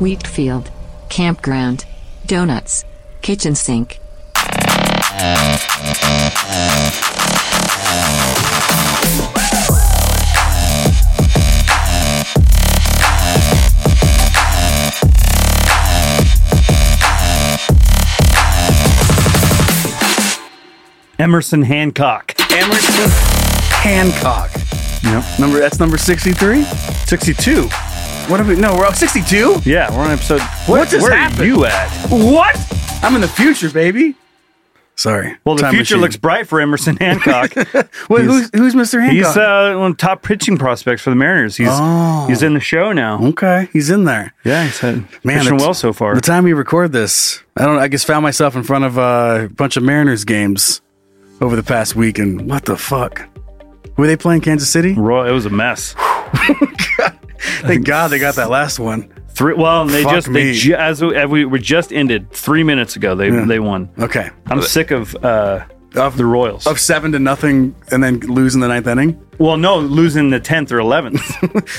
Wheat field. Campground. Donuts. Kitchen sink. Emerson Hancock. Emerson Hancock. Yep. Number that's number sixty-three? Sixty-two. What are we no, we're all sixty-two? Yeah, we're on episode. What just where are happened? you at? What? I'm in the future, baby. Sorry. Well, the Time future machine. looks bright for Emerson Hancock. Wait, he's- who's, who's Mr. Hancock? he's uh, one of the top pitching prospects for the Mariners. He's Oh. he's in the show now. okay, he's in there. uh, Yeah, he's had Man, pitching it's- well so far. The time we record this, I don't. I just found myself in front of uh, a bunch of Mariners games over the past week, and what the fuck? Were they playing Kansas City? Roy, it was a mess. Thank God they got that last one. Three. Well, they Fuck just they me. ju- as, we, as we were just ended three minutes ago. They Yeah. they won. Okay, I'm sick of uh, Of- the Royals. of seven to nothing, and then losing the ninth inning. well, no, losing the tenth or eleventh.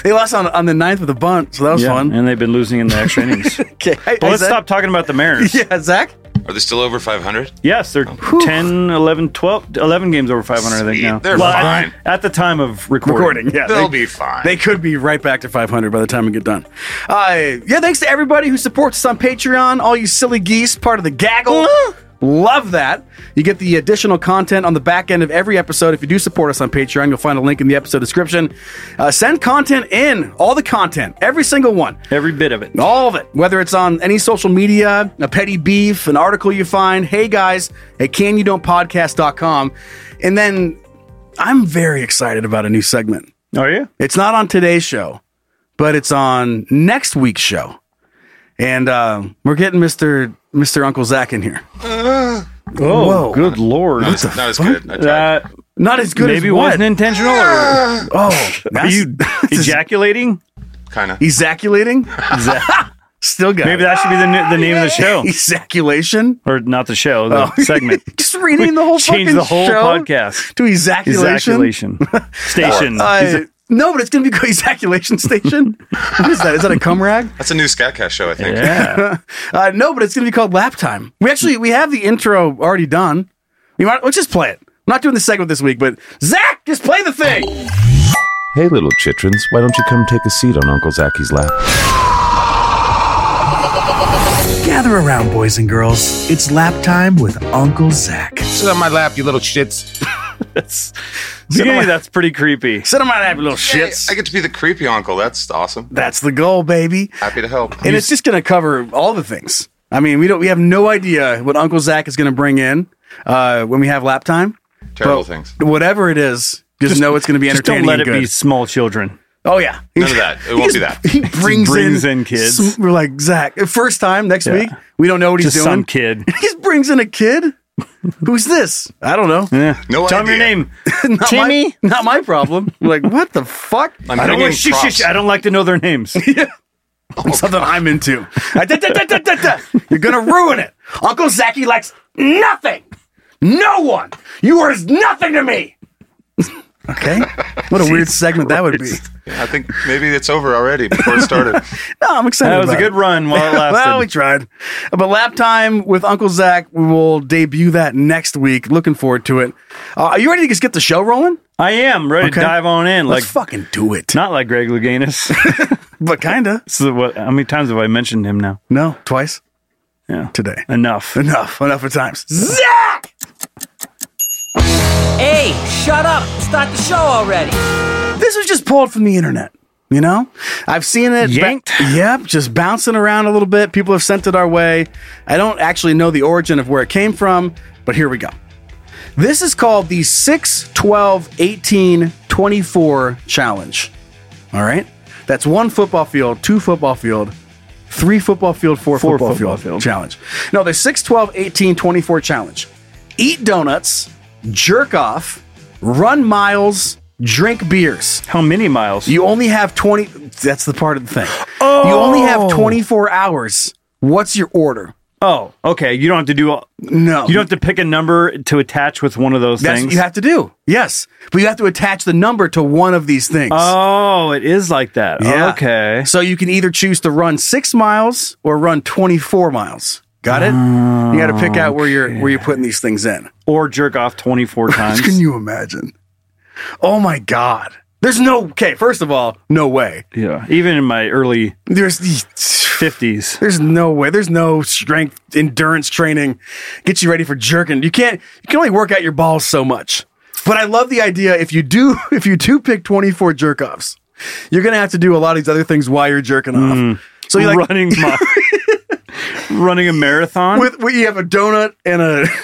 They lost on on the ninth with a bunt, so that was fun. and they've been losing in the extra innings. okay, I- But I let's said- stop talking about the Mariners. Yeah, Zach. Are they still over 500? Yes, they're 10, 11, 12, 11 games over 500, I think, Sweet, now. they're Well, fine. At, at the time of recording. Recording. Yeah, They'll they- be fine. They could be right back to 500 by the time we get done. Uh, yeah, thanks to everybody who supports us on Patreon. All you silly geese, part of the gaggle. Love that. You get the additional content on the back end of every episode. If you do support us on Patreon, you'll find a link in the episode description. Uh, send content in, all the content, every single one. Every bit of it. All of it, whether it's on any social media, a petty beef, an article you find, hey guys, at canyoudon'tpodcast.com. And then I'm very excited about a new segment. Are you? It's not on today's show, but it's on next week's show. And uh, we're getting Mr. Mr. Uncle Zach in here. Oh, Whoa. good lord. Not as, not as good. I tried. Ah! That Not as good maybe as what? wasn't intentional. Or Oh, are you ejaculating? kind of. ejaculating? Still got Maybe it. that should be the, n- the name of the show. ejaculation. Or not the show, the segment. Just rename Oh. the whole Change fucking the whole show podcast. to ejaculation. Ejaculation. Station. Uh, Is it- no, but it's gonna be called ejaculation station. what is that? Is that a cum rag? That's a new Scatcast show, I think. yeah. Uh, no, but it's gonna be called lap time. We actually we have the intro already done. You want? Let's just play it. I'm not doing the segment this week, but Zach, just play the thing. Hey, little chitrins, why don't you come take a seat on Uncle Zacky's lap? Gather around, boys and girls. It's lap time with Uncle Zach. Sit on my lap, you little shits. That's, beginning, that's pretty creepy. Sit on my lap, you little Hey, shits. I get to be the creepy uncle. That's awesome. That's the goal, baby. Happy to help. And it's just gonna cover all the things. I mean, we don't. We have no idea what Uncle Zach is gonna bring in uh, when we have lap time. Terrible but things. Whatever it is, just, know it's gonna be Just entertaining. don't let it and be good. small children. Oh yeah, None of that. It won't He be just- that. He brings, brings in, in kids. some- we're like Zach. First time next week. We don't know what Just he's some kid. doing. He just brings in a kid. Who's this? I don't know. Yeah. No Tell him your idea. name. Not Timmy? My, not my problem. like what the fuck? I'm I don't, bringing like, shh, shh, props. shh, I don't like to know their names. Something I'm into. Da, da, da, da, da, da. You're gonna ruin it. Uncle Zachy likes nothing. No one. You are nothing to me. okay. What a weird segment that would be. I think maybe it's over already before it started. No, I'm excited. That was a about it. good run while it lasted. well, we tried. But lap time with Uncle Zach, we will debut that next week. Looking forward to it. Uh, are you ready to just get the show rolling? I am ready to Okay. dive on in. Let's like fucking do it. not like Greg Louganis. but kinda. so what? How many times have I mentioned him now? No, twice Yeah. today. Enough. Enough. Enough of times. Hey, shut up! Start the show already! this was just pulled from the internet. You know, I've seen it. ba- Yanked? yep, just bouncing around a little bit. People have sent it our way. I don't actually know the origin of where it came from, but here we go. This is called the 6 12 18 24 challenge. All right. That's one football field, two football field, three football field, four, Four football, football field, field. challenge. No, the 6 12 18 24 challenge. Eat donuts, jerk off, run miles, drink beers. How many miles? You only have 20. That's the part of the thing. Oh. You only have 24 hours. What's your order? oh, okay. You don't have to do. All, No. you don't have to pick a number to attach with one of those That's things. what you have to do. Yes. But you have to attach the number to one of these things. oh, it is like that. Okay. So you can either choose to run six miles or run 24 miles. Got it? you got to pick out where you're where you're putting these things in. Or jerk off twenty four times. Can you imagine? Oh my God. There's no, okay, first of all, no way. yeah. Even in my early There's, fifties. There's no way. There's no strength endurance training get you ready for jerking. You can't. You can only work out your balls so much. But I love the idea. If you do, if you do pick 24 jerk offs, you're gonna have to do a lot of these other things while you're jerking off. So you like running mi- running a marathon. with, with you have a donut and a.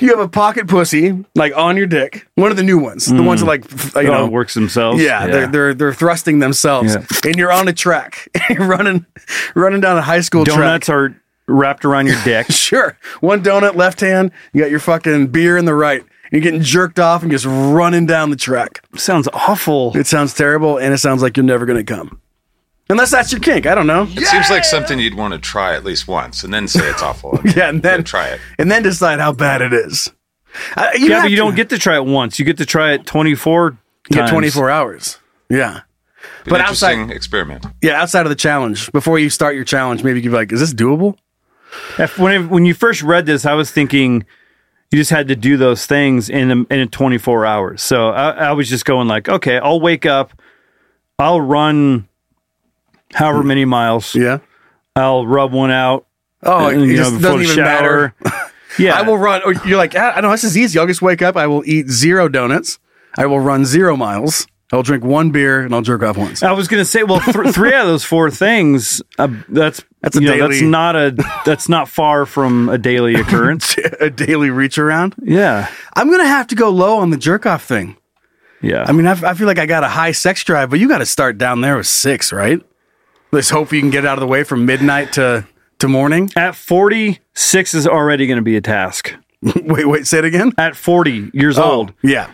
You have a pocket pussy like on your dick. One of the new ones, the ones that like f- you Oh, know it works themselves. Yeah, They're, they're they're thrusting themselves, Yeah. and you're on a track, you're running, running down a high school track. donuts are wrapped around your dick. Sure. One donut left hand, you got your fucking beer in the right. and You're getting jerked off and just running down the track. Sounds awful. It sounds terrible and it sounds like you're never going to come. Unless that's your kink. I don't know. It seems like something you'd want to try at least once and then say it's awful. Yeah. And then try it. And then decide how bad it is. Uh, you yeah, have but you to- don't get to try it once. You get to try it twenty four. you get 24 hours. Yeah. But But interesting outside, experiment. yeah, outside of the challenge, before you start your challenge, maybe you'd be like, is this doable? If- when, I- when you first read this, I was thinking you just had to do those things in a, in a 24 hours. So I, I was just going like, okay, I'll wake up, I'll run however many miles, Yeah. I'll rub one out. Oh, and, it just before doesn't the even matter. shower. yeah, I will run. Or you're like, "Ah, I know this is easy. I'll just wake up. I will eat zero donuts. I will run zero miles. I'll drink one beer and I'll jerk off once. I was gonna say, well, th- three out of those four things. Uh, that's That's a you know, that's daily- not a that's not far from a daily occurrence. A daily reach around. yeah, I'm gonna have to go low on the jerk off thing. yeah. I mean, I, I feel like I got a high sex drive, but you got to start down there with six, right? Let's hope you can get out of the way from midnight to to morning. at forty six is already gonna be a task. wait, wait, say it again. At forty years old, yeah.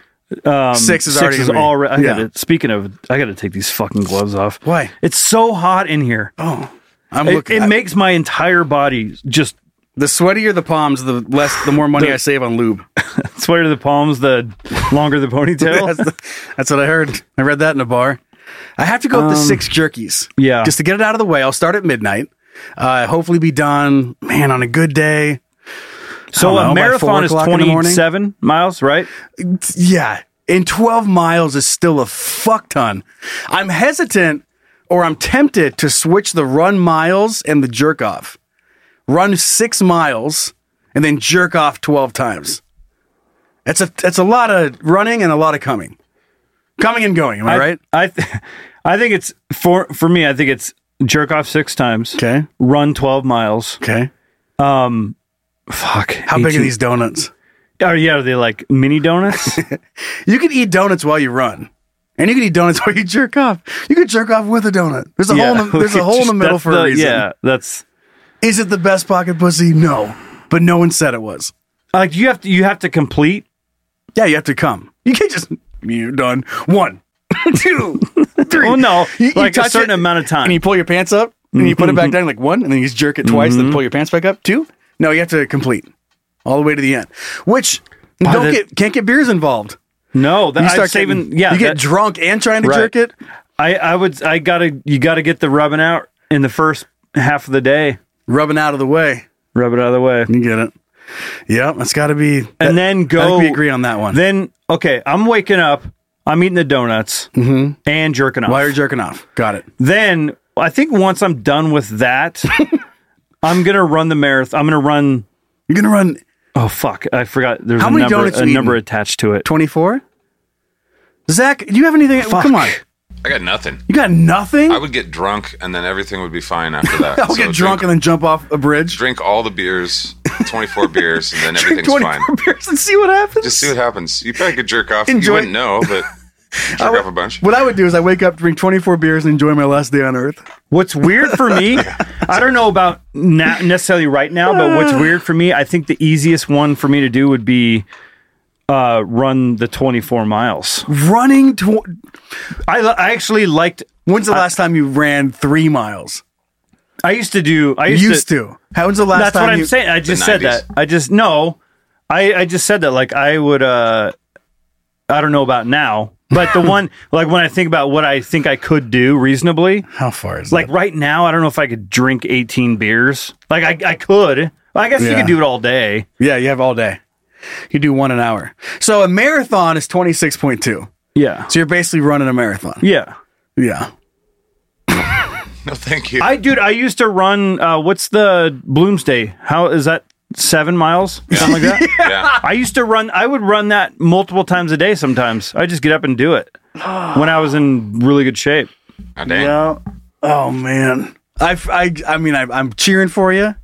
um, Oh, six is already gonna be- alre- I yeah. gotta, speaking of, I got to take these fucking gloves off. Why? It's so hot in here. Oh, I'm it looking. it I- makes my entire body just the sweatier the palms, the less, the more money I save on lube. sweater to the palms. The longer the ponytail. that's, that's what I heard. I read that in a bar. I have to go with the six jerkies. yeah. Just to get it out of the way. I'll start at midnight. Uh, hopefully be done, man, on a good day. so I don't know, a by four marathon is o'clock in the morning? twenty seven miles, right? Yeah. And 12 miles is still a fuck ton. I'm hesitant or I'm tempted to switch the run miles and the jerk off. Run six miles and then jerk off 12 times. That's a, that's a lot of running and a lot of coming. Coming and going, am I, I- right? I, th- I think it's for for me. I think it's jerk off six times. Okay. Run twelve miles. Okay. Fuck. How big are these donuts? Oh yeah, are they like mini donuts? You can eat donuts while you run. And you can eat donuts while you jerk off. You can jerk off with a donut. There's a yeah. hole in the, there's a hole in the middle That's for the- a reason. Yeah, that's Is it the best pocket pussy? No. But no one said it was. like you have to you have to complete Yeah, you have to come. You can't just you're done. One, two, three. Well, Oh, no, You- you like a touch certain it, amount of time. And you pull your pants up and you put it back down like one and then you just jerk it twice, then pull your pants back up. Two. Mm-hmm. No, you have to complete. All the way to the end. Which don't the- get can't get beers involved. No, that You I start saving. Getting, yeah, you get that- drunk and trying to Right. jerk it. I I would I gotta you gotta get the rubbing out in the first half of the day. rubbing out of the way. Rub it out of the way, You get it. Yeah, that's got to be. and then I go. think we agree on that one. Then okay, I'm waking up I'm eating the donuts and jerking off. While you're jerking off. Got it. then I think once I'm done with that, I'm gonna run the marathon. I'm gonna run. You're gonna run Oh fuck! I forgot. There's How a many number, donuts a you number eaten? attached to it. 24? Zach, do you have anything? Fuck. Come on. I got nothing. You got nothing? I would get drunk and then everything would be fine after that. I'll So get drunk and drink, then jump off a bridge. drink all the beers, 24 beers, and then Drink everything's 24 fine. beers and see what happens. Just see what happens. You probably could jerk off. Enjoy- You wouldn't know, but jerk I would- off a bunch. What I would do is I wake up, drink 24 beers, and enjoy my last day on earth. What's weird for me, I don't know about na necessarily right now, but what's weird for me, I think the easiest one for me to do would be uh, run the 24 miles. Running. Tw- I, I actually liked. When's the last time you ran three miles? I used to do. I used, Used, to. How When's the last That's time? what I'm you- saying. I just said 90s. that. I just no. I I just said that. Like I would. uh I don't know about now, but the one like when I think about what I think I could do reasonably, How far is like that? right now, I don't know if I could drink 18 beers. Like I I could. I guess you Yeah. could do it all day. Yeah, you have all day. You do one an hour. So a marathon is 26.2. Yeah. So you're basically running a marathon. Yeah. Yeah. No, thank you. I dude, I used to run uh what's the Bloomsday? How is that seven miles? Something like that? yeah. Ah, I used to run I would run that multiple times a day sometimes. I just get up and do it. when I was in really good shape. Oh, dang. Yeah. Oh man. I I I mean I, I'm cheering for you,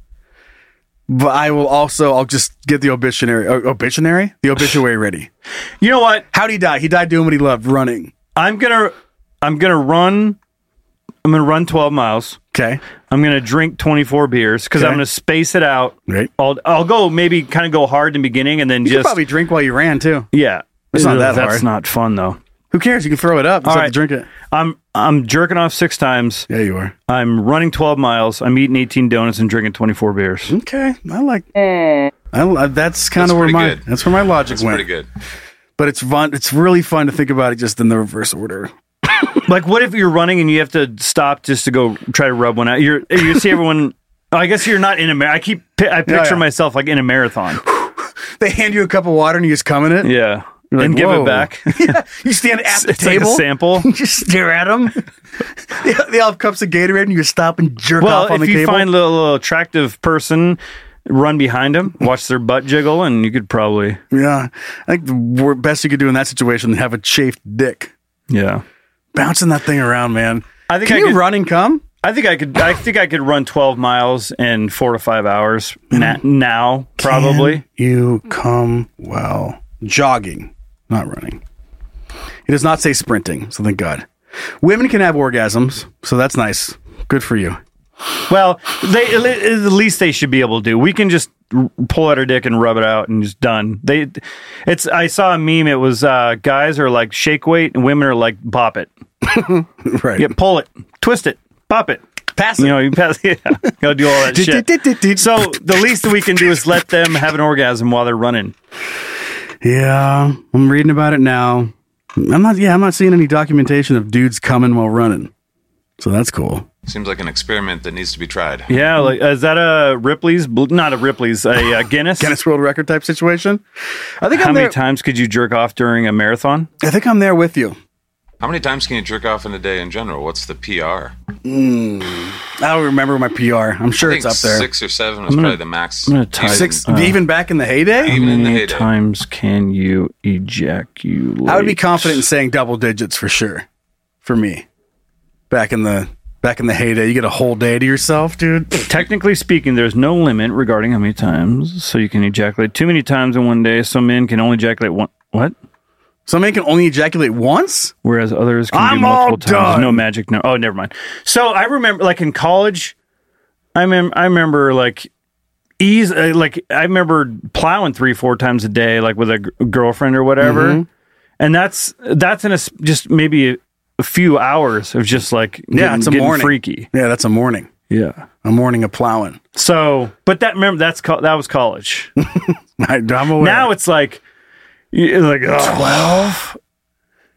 but I will also I'll just get the obituary uh, obituary the obituary ready. You know what? How would he die? He died doing what he loved, running. I'm gonna I'm gonna run I'm gonna run twelve miles. Okay. I'm gonna drink 24 beers because Okay. I'm gonna space it out. Right. I'll I'll go maybe kind of go hard in the beginning and then You could just probably drink while you ran too. yeah. It's not that That's hard. not fun though. Who cares? You can throw it up. All All right. right. Drink it. I'm I'm jerking off six times. Yeah, you are. I'm running 12 miles. I'm eating 18 donuts and drinking 24 beers. Okay. I like. I, li- that's kind That's of where pretty my good. that's where my logic That's went. pretty good. But it's fun. It's really fun to think about it just in the reverse order. Like, what if you're running and you have to stop just to go try to rub one out? You're you see everyone. oh, I guess you're not in a. Mar- I keep pi- I picture yeah. myself like in a marathon. They hand you a cup of water and you just come in it. Yeah, like, and give "Whoa." it back. You stand at the it's table. like a sample. just stare at them. they, they all have cups of Gatorade, and you stop and jerk well, off on if the you table. find a little, little attractive person, run behind them, watch their butt jiggle, and you could probably yeah, I think the wor- best you could do in that situation is have a chafed dick yeah. bouncing that thing around, man. I think Can I you could- run and come? I think I could. I think I could run 12 miles in four to five hours na- Mm. now, probably. Can you come well jogging, not running. It does not say sprinting, so thank God. Women can have orgasms, so that's nice. Good for you. Well, they at le- at the least they should be able to do. We can just r- pull out our dick and rub it out and just done. They, it's. I saw a meme. It was uh, guys are like shake weight and women are like pop it. Right. Yeah, pull it, twist it, pop it. Pass You know, you pass. Yeah, gotta do all that shit. So the least that we can do is let them have an orgasm while they're running. Yeah, I'm reading about it now. I'm not. Yeah, I'm not seeing any documentation of dudes coming while running, so that's cool. Seems like an experiment that needs to be tried. Yeah, like is that a Ripley's? Bl- Not a Ripley's. A uh, Guinness. Guinness World Record type situation. I think How I'm many there. times could you jerk off during a marathon? I think I'm there with you. How many times can you jerk off in a day in general? What's the PR? I don't remember my PR. I'm sure I it's think up there. Six or seven is probably the max. I'm gonna type. Six, uh, even back in the heyday, even How in the many heyday. times can you ejaculate? I would be confident in saying double digits for sure. For me, back in the back in the heyday, you get a whole day to yourself, dude. Technically speaking, there's no limit regarding how many times, so you can ejaculate too many times in one day. Some men can only ejaculate one. What? Some men can only ejaculate once. Whereas others can I'm do multiple all times. done. No magic. No. Oh, never mind. So I remember, like in college, I mem- I remember like ease. Uh, like I remember plowing three, four times a day, like with a g- girlfriend or whatever. Mm-hmm. And that's that's in a s- just maybe a, a few hours of just like Yeah, getting- it's a getting morning. freaky. Yeah, that's a morning. Yeah. A morning of plowing. So, but that remember that's co- that was college. I, am aware. Now it's like, you like twelve.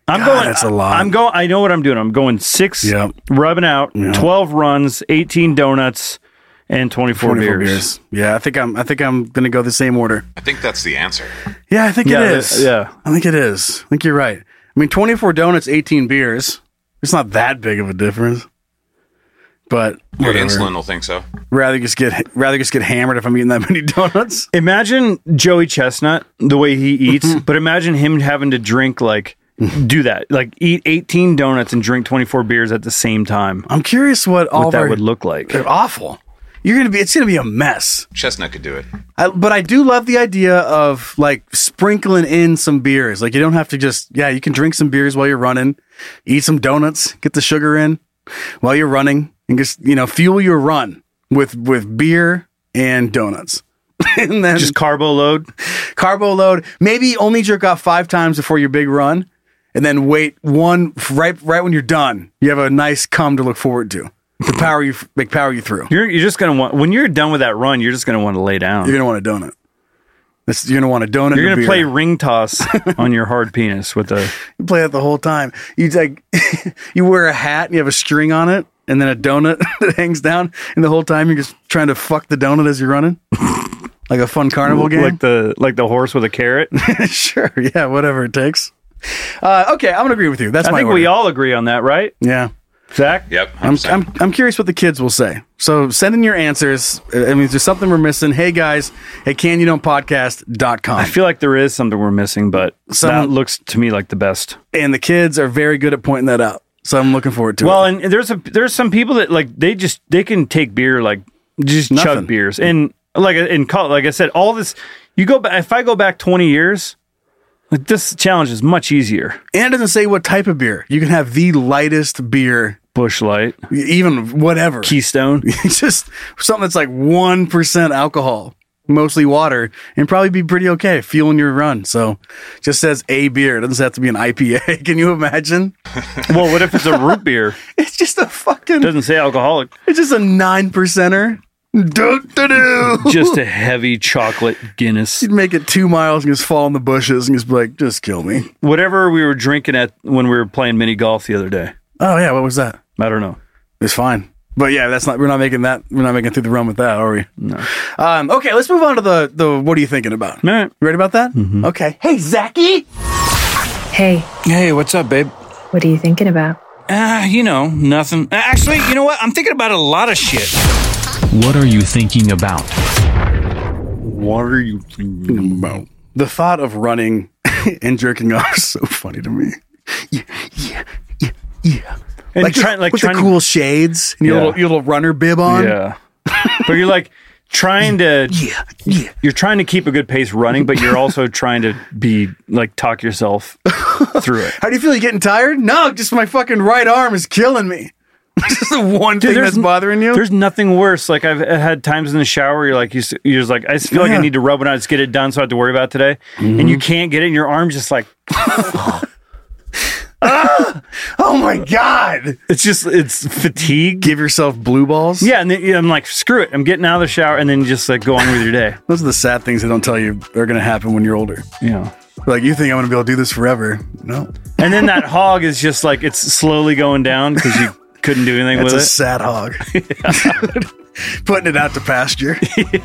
I'm God, going. that's a lot. I'm going. I know what I'm doing. I'm going six, Yep. rubbing out, twelve runs, eighteen donuts, and twenty four 24 beers. Yeah, I think I'm. I think I'm gonna go the same order. I think that's the answer. Yeah, I think Yeah, it that- is. yeah. I think it is. I think you're right. I mean, 24 donuts, 18 beers. It's not that big of a difference. But Your whatever. insulin will think so. rather just get rather just get hammered if I'm eating that many donuts. Imagine Joey Chestnut the way he eats, but imagine him having to drink like do that, like eat 18 donuts and drink 24 beers at the same time. I'm curious what all What of that our- would look like. They're awful. You're gonna be. It's gonna be a mess. Chestnut could do it. I, but I do love the idea of like sprinkling in some beers. Like you don't have to just yeah. You can drink some beers while you're running, eat some donuts, get the sugar in while you're running, and just you know fuel your run with with beer and donuts. and then Just carbo load. carbo load. Maybe only jerk off five times before your big run, and then wait one right right when you're done. You have a nice cum to look forward to to power you make power you through. You're, you're just gonna want when you're done with that run, you're just gonna want to lay down. You're You're gonna want a donut. This, you're gonna want a donut. gonna, and a beer. play ring toss on your hard penis with a. You play it the whole time. You like you wear a hat and you have a string on it, and then a donut that hangs down, and the whole time you're just trying to fuck the donut as you're running, like a fun carnival game. Like the like the horse with a carrot. sure, yeah, whatever it takes. Uh, okay, I'm gonna agree with you. That's I my think we order. all agree on that, right? yeah. Zach. Yep. I'm, 100%. I'm, I'm curious what the kids will say. So send in your answers. I mean, if there's something we're missing, hey guys at canyoudon'tpodcast.com. I feel like there is something we're missing, but Some- that looks to me like the best. and the kids are very good at pointing that out. So I'm looking forward to Well, it. and there's a there's some people that like they just they can take beer like just Nothing. chug beers and like in col- like I said, all this you go back if I go back twenty years, like this challenge is much easier. And it doesn't say what type of beer. You can have the lightest beer, Bush Light, even whatever. Keystone. Just something that's like 1% alcohol, mostly water, and probably be pretty okay fueling your run. So just says a beer. It doesn't have to be an IPA. Can you imagine? well, what if it's a root beer? It's just a fucking, Doesn't say alcoholic, it's just a nine percenter. Do-do-do. just a heavy chocolate Guinness. You'd make it two miles and just fall in the bushes and just be like, just kill me. Whatever we were drinking at when we were playing mini golf the other day. Oh yeah, what was that? I don't know. It's fine. But yeah, that's not we're not making that we're not making it through the run with that, are we? No. Um, okay, let's move on to the the what are you thinking about? All right. Mm-hmm. You ready about that? Okay. Hey Zachy. Hey, Hey, what's up, babe? what are you thinking about? Ah, you know, nothing. Actually, you know what? I'm thinking about a lot of shit. What are you thinking about? What are you thinking about? Mm. The thought of running and jerking off is so funny to me. Yeah, yeah, yeah, yeah. And like trying- trying, like like with trying- the cool shades and your Yeah. little your little runner bib on. Yeah, but you're like trying to yeah, yeah. you're trying to keep a good pace running, but you're also trying to be like talk yourself through it. How do you feel? You getting tired? No, just my fucking right arm is killing me. just the one Dude, thing that's n- bothering you. There's nothing worse. Like I've had times in the shower, you're like you, s- you're just like I just feel like Yeah. Mm-hmm. I need to rub it out, just get it done, so I have to worry about it today, and you can't get it, and your arm just like Oh my god! it's just it's fatigue. Give yourself blue balls. yeah, and then, yeah, I'm like, screw it. I'm getting out of the shower, and then you just like go on with your day. those are the sad things they don't tell you are going to happen when you're older. You know. Like you think I'm going to be able to do this forever? No, And then that hog is just like it's slowly going down because you couldn't do anything that's with a it. sad hog. Putting it out to pasture.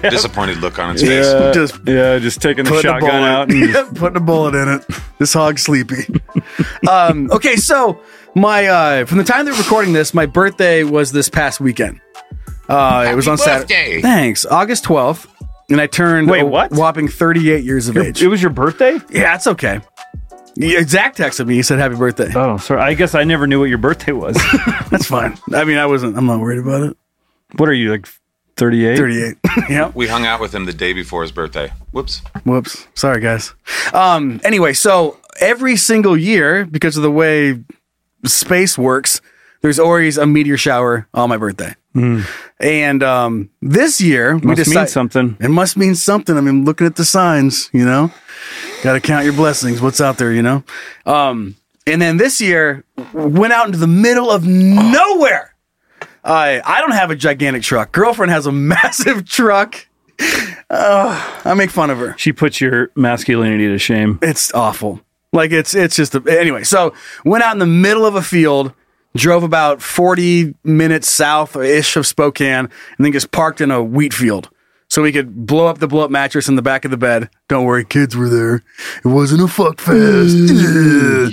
Disappointed look on its face. just yeah, just taking Uh, the putting a shotgun bullet, out. And just- Yeah, putting a bullet in it. This hog's sleepy. um, okay, so my uh, from the time they're recording this, my birthday was this past weekend. Uh, it was on Saturday. birthday. Thanks, August twelfth, and I turned Wait, a what? whopping thirty eight years of age. it was your birthday? yeah, it's okay. Yeah, Zach texted me. He said happy birthday. Oh, sorry. I guess I never knew what your birthday was. That's fine. I mean, I wasn't. I'm not worried about it. what are you like? Thirty-eight. 38. yep. We hung out with him the day before his birthday. Whoops. Whoops. Sorry, guys. Um. Anyway, so every single year, because of the way space works, there's always a meteor shower on my birthday. And um, this year we Hmm. Must mean decided something. It must mean something. I mean, looking at the signs, you know, got to count your blessings. What's out there, you know? Um, and then this year went out into the middle of nowhere. I I don't have a gigantic truck. Girlfriend has a massive truck. Ugh, I make fun of her. She puts your masculinity to shame. It's awful. Like it's it's just a, anyway. So went out in the middle of a field, drove about forty minutes south ish of Spokane, and then just parked in a wheat field so we could blow up the blow up mattress in the back of the bed. Don't worry, kids were there. It wasn't a fuck fest.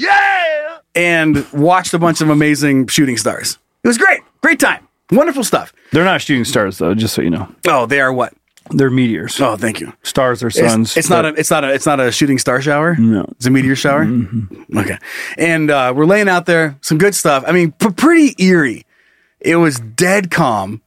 yeah. and watched a bunch of amazing shooting stars. It was great. Great time. Wonderful stuff. They're not shooting stars though, just so you know. Oh, they are what? They're meteors. Oh, thank you. Stars are suns. It's, it's not a it's not a it's not a shooting star shower. No, it's a meteor shower. Mm-hmm. Okay, and uh, we're laying out there some good stuff. I mean, p- pretty eerie. It was dead calm.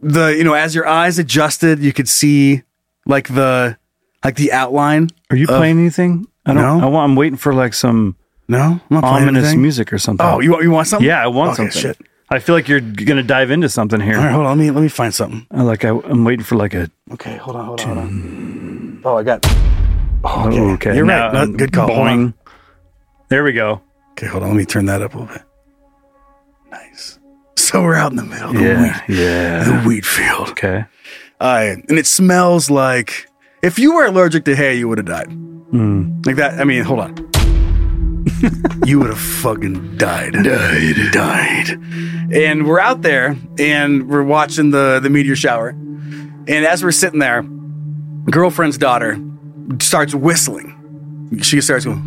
The you know as your eyes adjusted, you could see like the like the outline. Are you playing anything? I don't. uh, No. I want, I'm waiting for like some no I'm not playing ominous anything. music or something. Oh, you want- you want something? Yeah, I want Okay, something. shit. I feel like you're gonna dive into something here. All right, hold on. Let me let me find something. I like I, I'm waiting for like a. Okay, hold on, hold on, hold on. Oh, I got. Oh, okay. You're Now right. No, I'm good call. Hold boing. on. There we go. Okay, hold on. Let me turn that up a little bit. Nice. So we're out in the middle of the Yeah, wheat, yeah. the wheat field. Okay. Uh, and it smells like if you were allergic to hay, you would have died. Like that. I mean, hold on. you would have fucking died. Died. Died. And we're out there and we're watching the, the meteor shower. And as we're sitting there, girlfriend's daughter starts whistling. She starts going,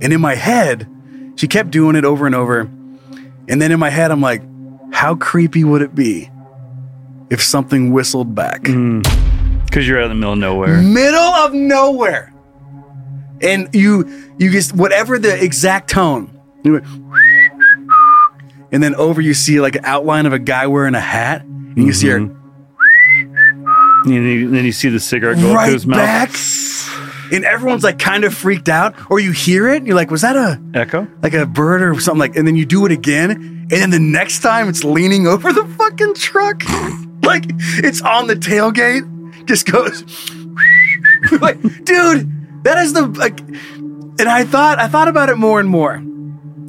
and in my head, she kept doing it over and over. And then in my head, I'm like, how creepy would it be if something whistled back? Mm. Because you're out in the middle of nowhere. Middle of nowhere. And you you just whatever the exact tone. you went, and then over you see like an outline of a guy wearing a hat. And you see her And then you, then you see the cigarette Mm-hmm. go up to right his mouth. back. And everyone's like kind of freaked out. Or you hear it, and you're like, was that a Echo. like a bird or something like and then you do it again and then the next time it's leaning over the fucking truck like it's on the tailgate just goes like dude that is the like and i thought i thought about it more and more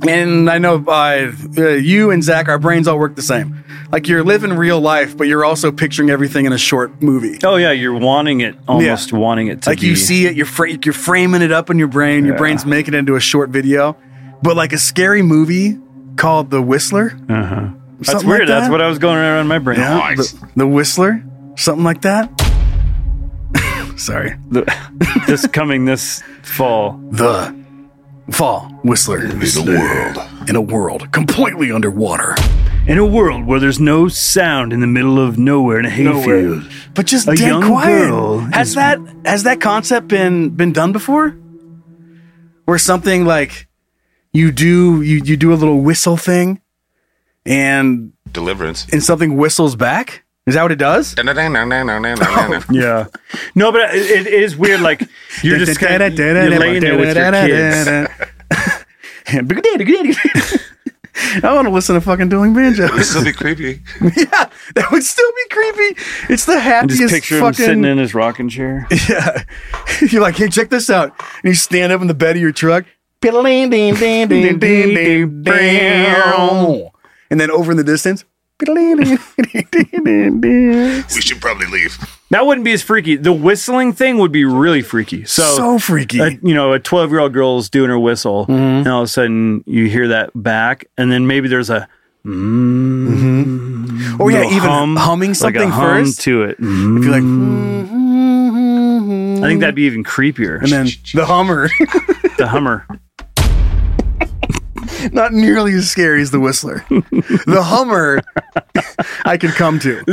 and i know uh, uh, you and zach our brains all work the same like you're living real life but you're also picturing everything in a short movie Oh yeah, you're wanting it, almost wanting it to like be. you see it, you're fra- you're framing it up in your brain. Your brain's making it into a short video, but like a scary movie called The Whistler. Uh-huh. That's Something like weird. That's that? what I was going around in my brain. Yeah, the, the Whistler, something like that. Sorry, The- this coming this fall. the fall Whistler in a world in a world completely underwater. In a world where there's no sound in the middle of nowhere in a Nowhere. hayfield, But just A dead young quiet. girl has that has that concept been been done before? Where something like you do you you do a little whistle thing, and Deliverance. and something whistles back. Is that what it does? yeah, no, but it, it is weird. Like you're just kind of you're laying there with your kids. I want to listen to fucking doing It'd banjos. still be creepy. yeah, that would still be creepy. It's the And happiest just picture him fucking. sitting in his rocking chair. Yeah. You're like, hey, check this out. And you stand up in the bed of your truck. And then over in the distance. We should probably leave. That wouldn't be as freaky. The whistling thing would be really freaky. So, So freaky. Mm-hmm. a- you know, a 12 year old girl's doing her whistle, and all of a sudden you hear that back, and then maybe there's a Or yeah, little even hum, humming something like a hum Mm. first. to it. Mm-hmm. If you're like, I think that'd be even creepier. and then the hummer. the Hummer. Not nearly as scary as the whistler. the hummer I could come to.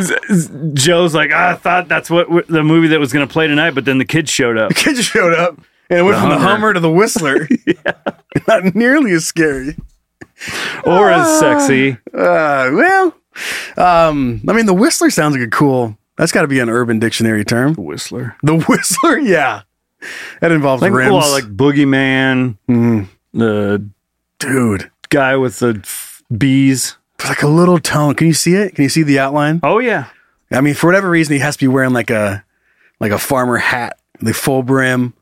Joe's like, "Ah, I thought that's what w- the movie that was going to play tonight, but then the kids showed up. Kid just showed up and it went The from the hummer. hummer to the whistler. Not nearly as scary. Or as sexy. Uh, well, um, I mean, the Whistler sounds like a cool. That's got to be an Urban Dictionary term. Whistler. The Whistler, yeah, that involves Like, rims, Mm-hmm. well, like Boogeyman, the dude. guy with the f- bees. But like a little tone. Can you see it? Can you see the outline? Oh, yeah. I mean, for whatever reason, he has to be wearing like a like a farmer hat, the full brim,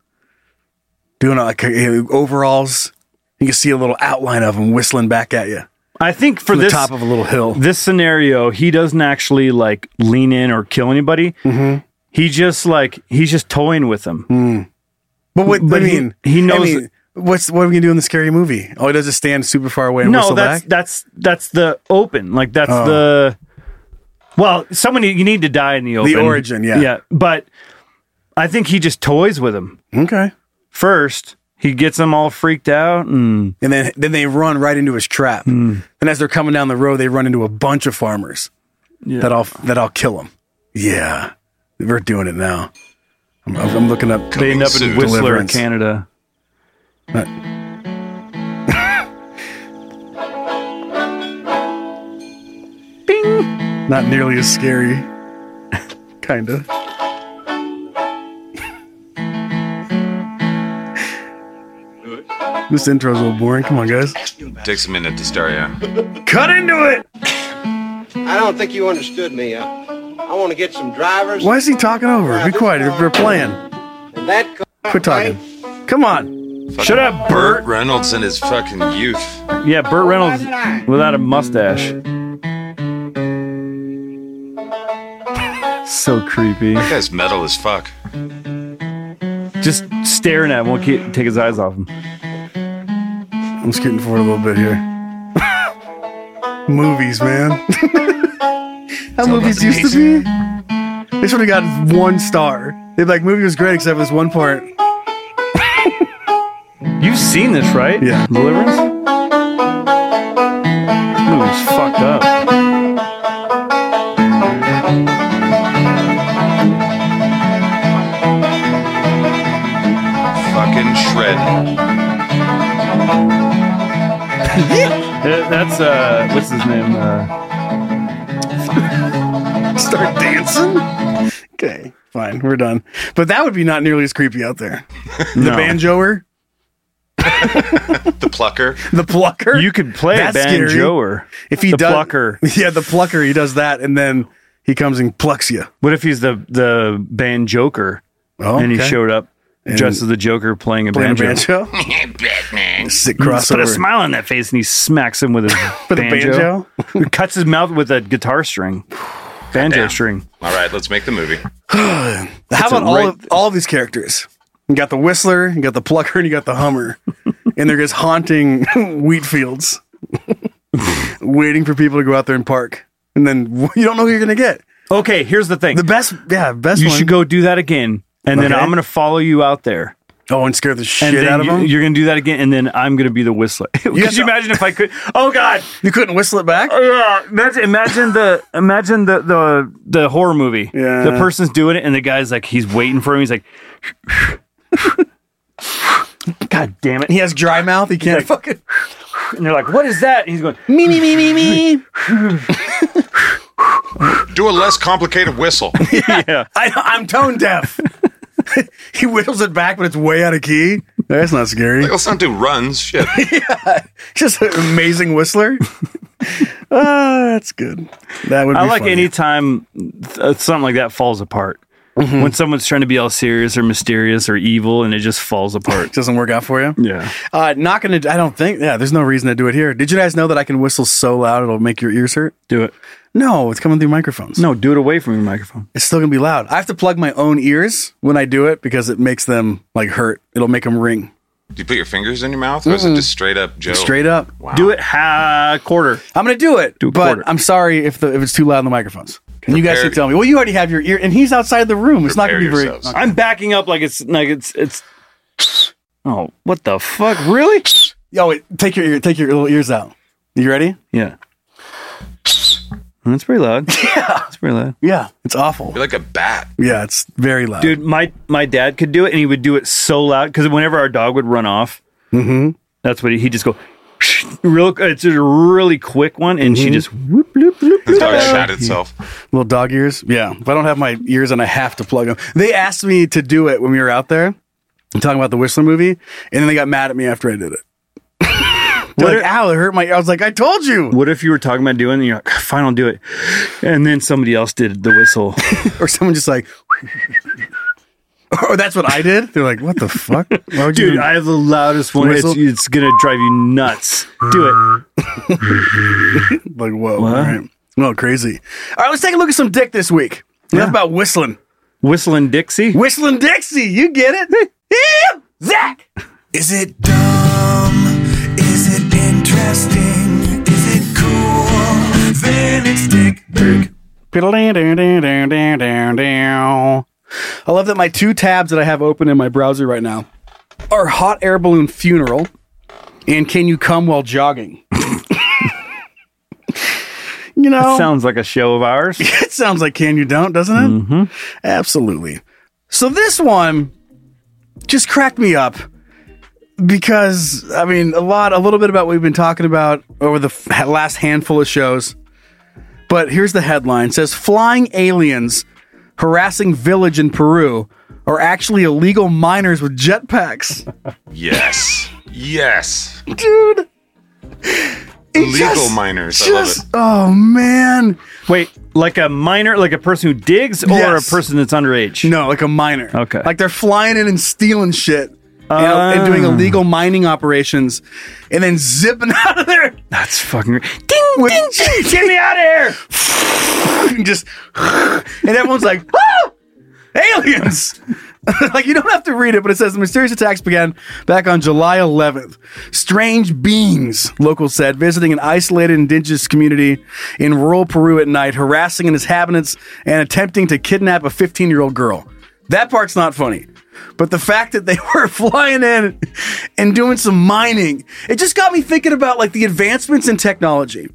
doing like uh, overalls. You can see a little outline of him whistling back at you I think for from the this top of a little hill. this scenario, he doesn't actually like lean in or kill anybody. Mm-hmm. He just like he's just toying with them. But what But I he- mean, he knows- I mean, what's what are we gonna do in the scary movie? All he does is stand super far away and No, whistle that's back. that's that's the open. Like that's Oh. the well, someone you need to die in the open. origin, yeah. yeah. But I think he just toys with them Okay. first, He gets them all freaked out, and and then then they run right into his trap. And as they're coming down the road, they run into a bunch of farmers Yeah. that all that all kill them. Yeah, we're doing it now. I'm, I'm looking up. they end up in Whistler, Deliverance. Canada. Not nearly as scary. Kinda. this intro's a little boring. Come on, guys. Takes a minute to start, yeah. Cut into it. I don't think you understood me. Uh, I want to get some drivers. Why is he talking over? Be quiet. We're playing. And that car, Quit talking. Come on. Shut up, Burt Reynolds and his fucking youth. Yeah, Oh, Burt Reynolds without a mustache. So creepy. That guy's metal as fuck. Just staring at him, won't ke- take his eyes off him. I'm scooting forward a little bit here. movies, man. How movies used to be. They should have got one star. They like movie was great except for this one part. You've seen this, right? Yeah. Deliverance? Movie's fucked up. Fucking shred. Yeah, That's, uh, what's his name? Uh, Start dancing. Okay, fine, we're done. But that would be not nearly as creepy out there. The No. banjoer, The plucker. the plucker. you could play That's scary. banjoer. If he the does, plucker. yeah, the plucker. He does that, and then he comes and plucks you. What if he's the, the band Joker Oh, and he okay. showed up And- dressed as the Joker playing a Playing a banjo? banjo. Batman. Sick Put a crossover. smile on that face and he smacks him with his With a banjo. Cuts his mouth with a guitar string. Banjo string. All right, let's make the movie. How That's about a all right- of, all of these characters? You got the Whistler, you got the Plucker, and you got the Hummer, and they're just haunting wheat fields, waiting for people to go out there and park. And then you don't know who you're gonna get. Okay, here's the thing. The best, yeah, best. you one. should go do that again, and then Okay. I'm gonna follow you out there. Oh, and scare the And shit then out of you, them. You, You're gonna do that again, and then I'm gonna be the whistler. Could you have to- imagine if I could? Oh God! couldn't whistle it back. Oh, Yeah, imagine, imagine the imagine the the the horror movie. Yeah. The person's doing it, and the guy's like, he's waiting for him. He's like, God damn it! He has dry mouth. He can't fucking. And they're like, what is that? And he's going, Me me me me me. Do a less complicated whistle. yeah. I, I'm tone deaf. he whittles it back, but it's way out of key. That's not scary. Let's not do runs. Shit. Just an amazing whistler. Ah, that's good. That would. Be I like funny. any time th- uh, something like that falls apart. Mm-hmm. When someone's trying to be all serious or mysterious or evil, and it just falls apart. doesn't work out for you. yeah. Uh, not gonna. I don't think. Yeah, there's no reason to do it here. Did you guys know that I can whistle so loud it'll make your ears hurt? Do it. No, it's coming through microphones. No, do it away from your microphone. it's still gonna be loud. I have to plug my own ears when I do it because it makes them like hurt. It'll make them ring Do you put your fingers in your mouth, or is it just straight up Oh. Joe? straight up. Wow. Do it ha quarter. I'm gonna do it, Do a but quarter. I'm sorry if the if it's too loud in the microphones. And you guys Prepare- can tell me. Well, you already have your ear, and he's outside the room. It's not Prepare gonna be yourselves. very. I'm backing up like it's like it's it's. Oh, what the fuck? Really? Yo, Oh, wait, take your ear, take your little ears out. You ready? Yeah. That's pretty loud. Yeah, it's pretty loud, Yeah, it's awful. You're like a bat. Yeah, it's very loud. dude. My my dad could do it, and he would do it so loud because whenever our dog would run off, Mhm. that's what he he'd just go. Real, it's just a really quick one, and she just whoop, bloop, bloop, The bloop. dog shot itself. Little dog ears. Yeah. If I don't have my ears and I have to plug them. They asked me to do it when we were out there I'm talking about the Whistler movie, and then they got mad at me after I did it. They're What like, ow, it hurt my ear. I was like, I told you. What if you were talking about doing, it, and you're like, fine, I'll do it, and then somebody else did the whistle. Or someone just like, or that's what I did. They're like, what the fuck? Why would you Dude, do- I have the loudest one. It's, Whistle? it's gonna drive you nuts. Do it. like, whoa. All right. Well, crazy. All right, let's take a look at some dick this week. Enough about whistling. Whistling Dixie. Whistling Dixie. You get it? yeah, Zach. Is it dumb? Is it interesting? Is it cool? Then it's dick. I love that my two tabs that I have open in my browser right now or hot air balloon funeral? And can you come while jogging? you know, That sounds like a show of ours. it sounds like can you don't, doesn't it? Mm-hmm. Absolutely. So this one just cracked me up because I mean a lot, a little bit about what we've been talking about over the f- last handful of shows. But here's the headline: It says flying aliens harassing village in Peru are actually illegal miners with jetpacks. Yes. Yes. Dude. Illegal miners. I love it. Oh man. Wait, like a minor, like a person who digs, or a person that's underage? No, like a minor. Okay. Like they're flying in and stealing shit. you know, and doing Ah. illegal mining operations and then zipping out of there. That's fucking. Ding, ding, ding, get me out of here. and just, and everyone's like, "Ah, aliens. like, you don't have to read it, but it says the mysterious attacks began back on July 11th. Strange beings, locals said, visiting an isolated indigenous community in rural Peru at night, harassing inhabitants and attempting to kidnap a 15 year old girl. That part's not funny. But the fact that they were flying in and doing some mining, it just got me thinking about like the advancements in technology.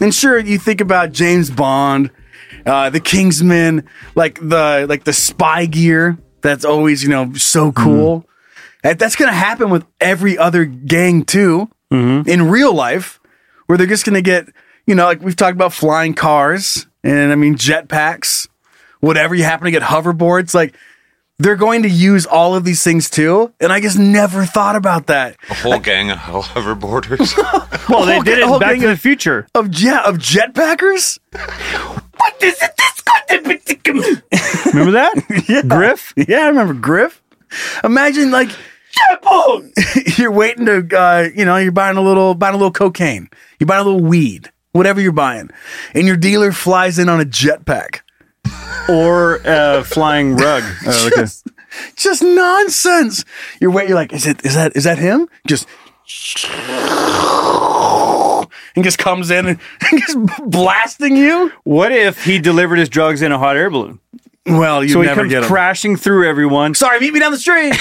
And sure, you think about James Bond, uh, the Kingsman, like the like the spy gear that's always you know so Mm-hmm. cool. And that's gonna happen with every other gang too Mm-hmm. in real life, where they're just gonna get you know like we've talked about flying cars and I mean jetpacks, whatever you happen to get hoverboards like. They're going to use all of these things too, and I just never thought about that. A whole gang of hoverboarders. Well, they Whole- did it whole in Back gang to the of- Future. Of jet of jetpackers? What is it? This got to Remember that? yeah. Griff? Yeah, I remember Griff. Imagine like you're waiting to uh, you know, you're buying a little buying a little cocaine. You're buying a little weed, whatever you're buying. And your dealer flies in on a jetpack. or a flying rug. Uh, like a- just, just nonsense. You're waiting, you're like, is it is that is that him? Just and just comes in and just blasting you. what if he delivered his drugs in a hot air balloon? Well, you so never he comes get 'em. crashing through everyone. Sorry, meet me down the street.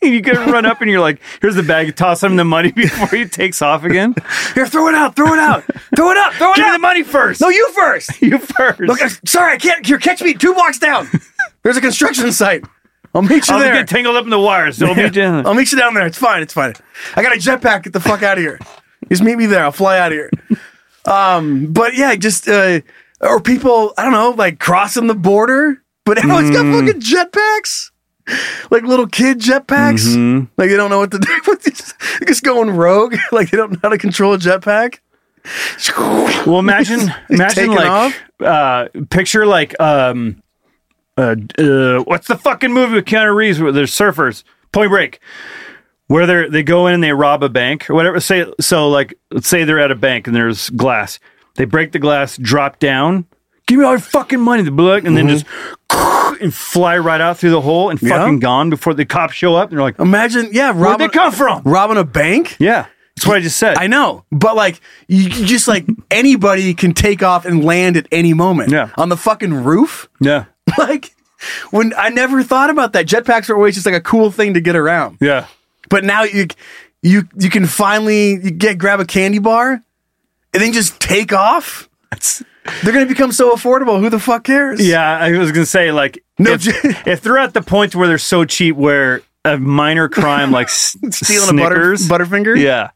you could run up and you're like, "Here's the bag. Toss him the money before he takes off again." Here, throw it out, throw it out, throw it out, throw it Give out. me the money first. No, you first. you first. Look, I- sorry, I can't. Here, catch me two blocks down. There's a construction site. I'll meet you I'll there. get tangled up in the wires. Don't be down. I'll meet you down there. It's fine. It's fine. I got a jetpack. Get the fuck out of here. Just meet me there. I'll fly out of here. Um, but yeah, just uh, or people. I don't know, like crossing the border. But everyone's Mm. got fucking jetpacks. Like little kid jetpacks. Mm-hmm. Like they don't know what to do. With these. They're just going rogue. Like they don't know how to control a jetpack. Well, imagine, imagine taking like, off? uh, picture like, um, uh, uh, what's the fucking movie with Keanu Reeves where there's surfers, Point Break, where they are they go in and they rob a bank or whatever. Say so, like, let's say they're at a bank and there's glass. They break the glass, drop down, give me all your fucking money, the blood, and then just and fly right out through the hole and Mm-hmm. Yeah. fucking gone before the cops show up. And they're like, Imagine, yeah, robbing, where'd they come from? robbing a bank. Yeah, that's what I just said. I know, but like, you you just like anybody can take off and land at any moment. Yeah. on the fucking roof. Yeah, Like, when I never thought about that. Jetpacks are always just like a cool thing to get around. yeah. But now you, you, you can finally you get grab a candy bar, and then just take off. That's They're gonna become so affordable. Who the fuck cares? Yeah, I was gonna say like No, if, j- if they're at the point where they're so cheap where a minor crime like s- Stealing Snickers, a butter, butterfinger. yeah,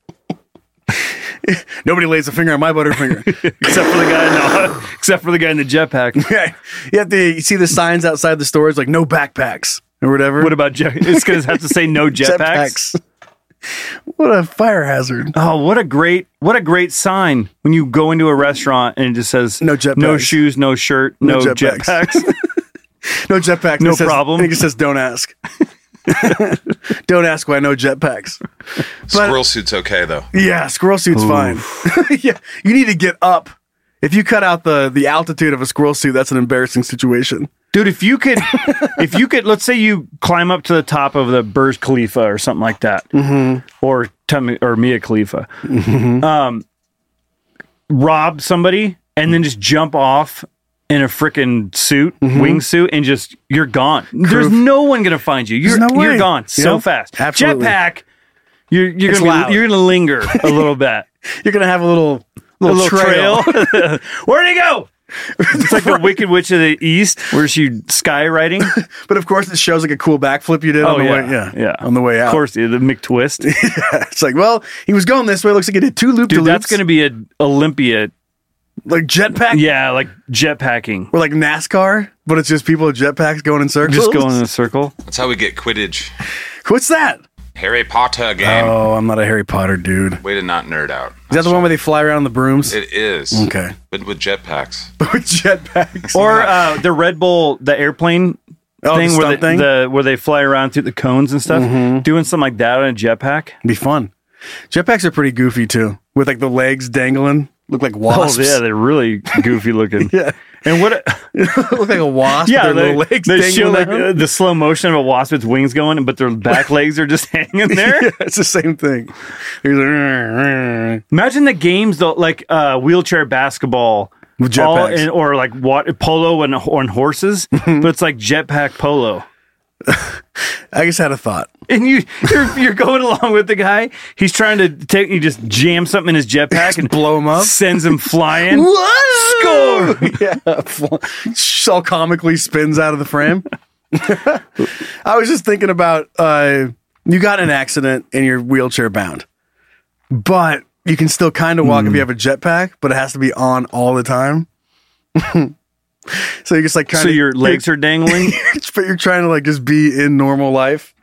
Nobody lays a finger on my butterfinger. except for the guy, no, except for the guy in the jetpack. Yeah, you have to you see the signs outside the stores like no backpacks or whatever. What about jet? It's gonna have to say no jetpacks. Jetpacks. what a fire hazard! Oh, what a great what a great sign when you go into a restaurant and it just says No jetpacks. no shoes, no shirt, no, jetpacks. jetpacks. No jetpacks. No It says- problem. I think it says don't ask. don't ask why no jetpacks. Squirrel suit's okay though. Yeah, squirrel suit's fine. yeah, you need to get up. If you cut out the the altitude of a squirrel suit, that's an embarrassing situation. Dude, if you could, if you could, let's say you climb up to the top of the Burj Khalifa or something like that, Mm-hmm. or Tum- or Mia Khalifa, um, rob somebody and then just jump off in a freaking suit, wingsuit, and just you're gone. There's Mm-hmm. Proof. no one gonna find you. You're There's no you're way. gone so Yeah, fast. absolutely. Jetpack. You're you're It's gonna loud. be, you're gonna linger a little bit. you're gonna have a little little, trail. Where'd he go? It's like the Wicked Witch of the East, where she skywriting. but of course, it shows like a cool backflip you did on the way. Yeah, Oh, yeah. on the way out. Of course, yeah, the McTwist. it's like, well, he was going this way. Looks like he did two loop. Dude, that's going to be an Olympia. Like jetpack? Yeah, like jetpacking. We're like NASCAR, but it's just people with jetpacks going in circles. Just going in a circle. That's how we get Quidditch. What's that? Harry Potter game. Oh, I'm not a Harry Potter dude. Is Way to not nerd out. that the one where they fly around on the brooms? It is. Okay. But with jetpacks. with jetpacks. Or uh, the Red Bull, the airplane Oh, the thing, where stunt they, thing? Mm-hmm. The, where they fly around through the cones and stuff. Doing something like that on a jetpack. be fun. Jetpacks are pretty goofy too, with like the legs dangling, look like wasps. Oh, yeah, they're really goofy looking. yeah. And what? look like a wasp. with yeah, their they, little legs they dangling show like out. uh, the slow motion of a wasp with wings going, but their back legs are just hanging there. Yeah, it's the same thing. He's like, "Rrr, rrr." Imagine the games though, like uh, wheelchair basketball, With all jetpacks. Mm-hmm. in- or like what polo and on horses, but it's like jetpack polo. I just had a thought. And you you're, you're going along with the guy. He's trying to take you just jam something in his jetpack and blow him up. sends him flying. Whoa! Score! yeah, fl- so comically spins out of the frame. I was just thinking about uh, you got in an accident and you're wheelchair bound, but you can still kind of Hmm. walk if you have a jetpack, but it has to be on all the time. so you're just like kind so your legs are dangling. but you're trying to like just be in normal life.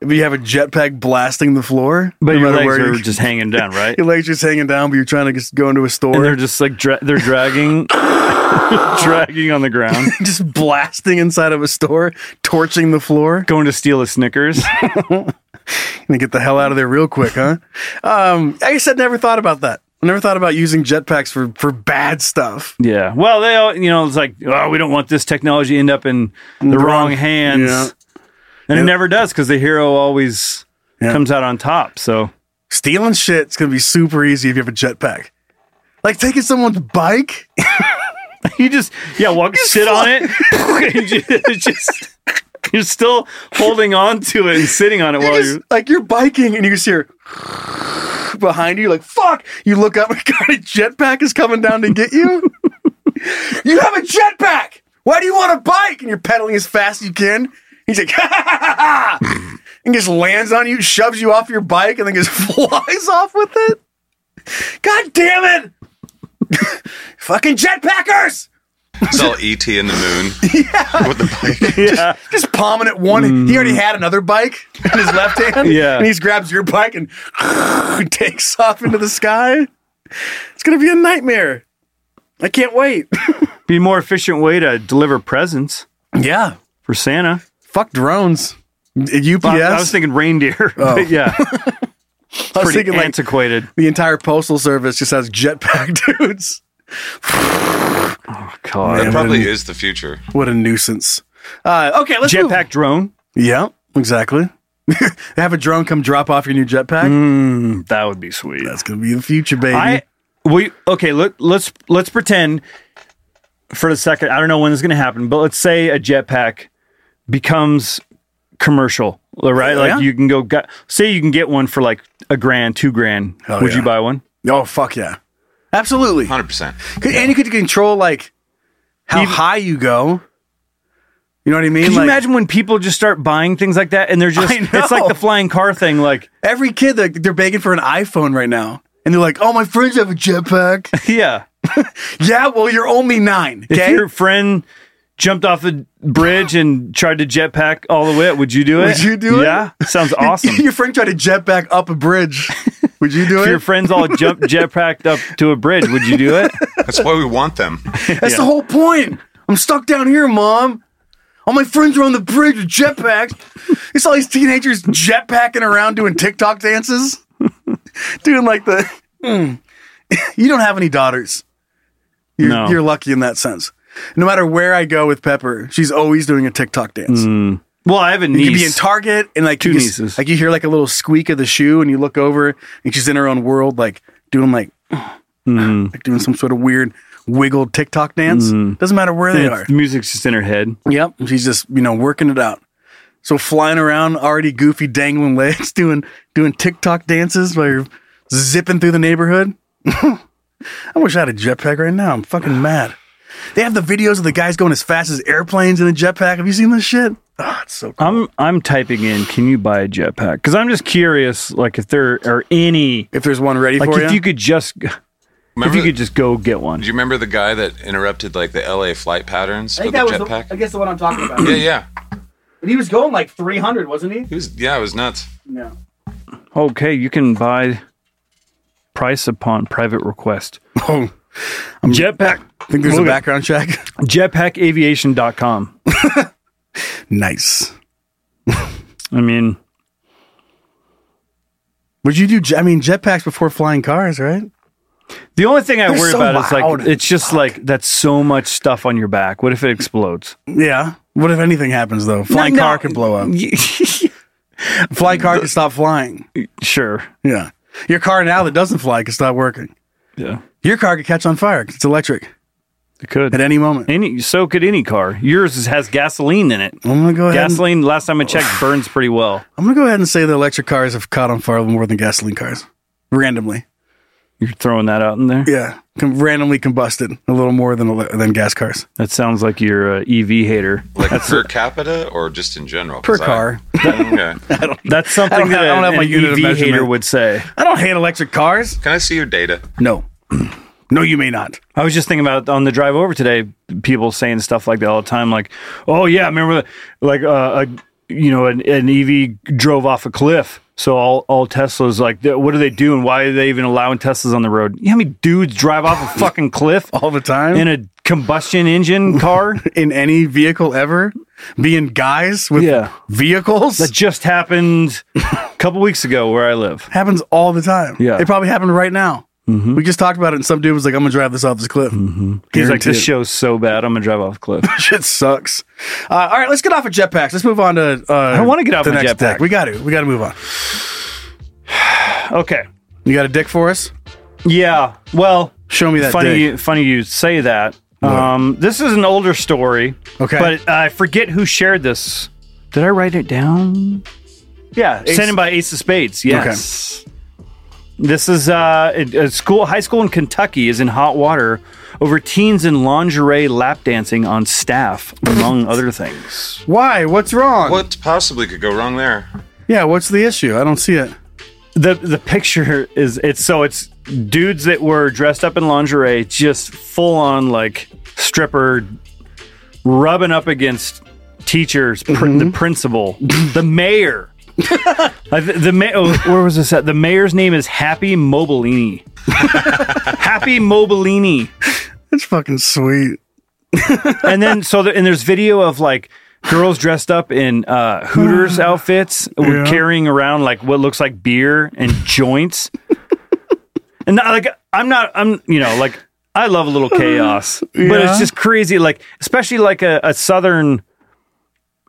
If you have a jetpack blasting the floor, But no your matter legs where are you- just hanging down, right? your legs just hanging down, but you're trying to just go into a store. And they're just like dra- they're dragging, dragging on the ground, just blasting inside of a store, torching the floor. going to steal a Snickers. Gonna get the hell out of there real quick, huh? Um, I guess I never thought about that. I never thought about using jetpacks for for bad stuff. Yeah. Well, they all, you know, it's like, oh, we don't want this technology to end up in the wrong hands. Yeah. And it Yeah. never does because the hero always Yeah. comes out on top. So, Stealing shit's gonna be super easy if you have a jetpack. Like taking someone's bike. you just, yeah, walk, sit on it. and ju- it's just, you're still holding on to it and sitting on it You while just- you're. like you're biking and you just hear behind you, like fuck. You look up and God, a jetpack is coming down to get you. you have a jetpack. Why do you want a bike? And you're pedaling as fast as you can. He's like, ha ha ha ha, and just lands on you, shoves you off your bike, and then just flies off with it. God damn it! Fucking jetpackers! It's all ET in the moon. With the bike. Yeah. Just palming it one. He already had another bike in his left hand. Yeah. And he just grabs your bike and takes off into the sky. It's going to be a nightmare. I can't wait. Be a more efficient way to deliver presents yeah. for Santa. Fuck drones. UPS. Well, I- I was thinking reindeer. But yeah. I was pretty Oh. thinking, like antiquated. the entire postal service just has jetpack dudes. God. That Man, probably what a- is the future. What a nuisance. Uh, okay, let's move- Jetpack drone. Yeah, exactly. have a drone come drop off your new jetpack. Mm, that would be sweet. That's going to be the future, baby. I we okay. Let let's let's pretend for a second. I don't know when this is going to happen, but let's say a jetpack becomes commercial, right? Like Yeah. you can go gu- say you can get one for like a grand, two grand. Hell Would yeah. you buy one? oh, fuck yeah. Absolutely. 100%. Could, And you could control like how Even- high you go. You know what I mean? Can you Like, imagine when people just start buying things like that and they're just I know. it's like the flying car thing like every kid like they're begging for an iPhone right now, and they're like, "Oh, my friends have a jetpack." yeah yeah, well, you're only nine. if Okay, your friend jumped off a bridge and tried to jetpack all the way up would you do it Would you do it? yeah sounds awesome your friend tried to jetpack up a bridge. Would you do if it? your friends all jump jetpacked up to a bridge, would you do it? That's why we want them. That's the whole point. I'm stuck down here, mom. All my friends are on the bridge with jetpacks. it's all these teenagers jetpacking around doing TikTok dances, doing like the. Mm. you don't have any daughters. You're, No. you're lucky in that sense. No matter where I go with Pepper, she's always doing a TikTok dance. Well, I have a You niece. could be in Target and like Two you just- nieces. like you hear like a little squeak of the shoe, and you look over, and she's in her own world, like doing like like doing some sort of weird wiggle TikTok dance. Mhm. Doesn't matter where they And are. it's- The music's just in her head. Yep, she's just you know working it out. So flying around, already goofy, dangling legs, doing doing TikTok dances while you're zipping through the neighborhood. I wish I had a jetpack right now. I'm fucking mad. They have the videos of the guys going as fast as airplanes in a jetpack. Have you seen this shit? Ah, it's so I'm I'm typing in. Can you buy a jetpack? Because I'm just curious. Like if there are any, if there's one ready like for if ya? you could just, if Remember you the- could just go get one. Do you remember the guy that interrupted like the LA flight patterns with the jetpack? I guess the one I'm talking about. yeah, yeah, But he was going like 300, wasn't he? He was. yeah. It was nuts. No. Okay, you can buy price upon private request. Oh, jetpack. I think there's a background check. Jetpackaviation.com. nice. I mean, Would you do? j- I mean, jetpacks before flying cars, right? the only thing I They're worry so about is loud. like it's just like that's so much stuff on your back. What if it explodes? Yeah. What if anything happens though? Flying no. car could blow up. flying car could stop flying. Sure. Yeah. Your car now that doesn't fly could stop working. Yeah. Your car could catch on fire 'cause it's electric. It could at any moment. Any so could any car. Yours is- has gasoline in it. I'm gonna go ahead. and- Gasoline. last time I checked, burns pretty well. I'm gonna go ahead and say that electric cars have caught on fire more than gasoline cars. Randomly. You're throwing that out in there. Yeah. Com- randomly combusted a little more than ele- than gas cars. That sounds like you're a EV hater. Like That's per capita or just in general? Per 'Cause I- car. okay. that's something that I don't have- I don't an- have my an unit of EV hater measurement. would say. I don't hate electric cars. Can I see your data? No. No, you may not. I was just thinking about on the drive over today, people saying stuff like that all the time. Like, oh yeah, remember like uh, a you know an, an EV drove off a cliff. So all, all Teslas like, th- what do they do and why are they even allowing Teslas on the road? You know how many dudes drive off a fucking cliff all the time in a combustion engine car? in any vehicle ever being guys with vehicles that just happened a couple weeks ago where I live. happens all the time. Yeah. Mm-hmm. It probably happened right now. We just talked about it, and some dude was like, I'm going to drive this off this cliff. He's like, Guaranteed. this show's so bad, I'm gonna drive off a cliff. Shit sucks. Uh, all right, let's get off of jetpacks. Let's move on to. Uh, I don't wanna get off my jetpack. We got to. We got to move on. Okay. You got a dick for us? Yeah. Well, show me that. funny, dick. you, funny you say that. Um, this is an older story. Okay. But I forget who shared this. Did I write it down? Yeah, Ace- sent in by Ace of Spades. Yes. This is uh, a, a school. High school in Kentucky is in hot water over teens in lingerie lap dancing on staff, among other things. Why? What's wrong? What possibly could go wrong there? Yeah, what's the issue? I don't see it. the the picture is it's so it's dudes that were dressed up in lingerie, just full on like stripper, rubbing up against teachers, pr- the principal, the mayor. I th- the ma- oh, where was this at? The mayor's name is Happy Mobilini. Happy Mobilini It's fucking sweet. and then so the, and there's video of like girls dressed up in uh, Hooters outfits were carrying around like what looks like beer and joints. and not, like I'm not I'm you know like I love a little chaos, but Yeah. it's just crazy. Like especially like a, a southern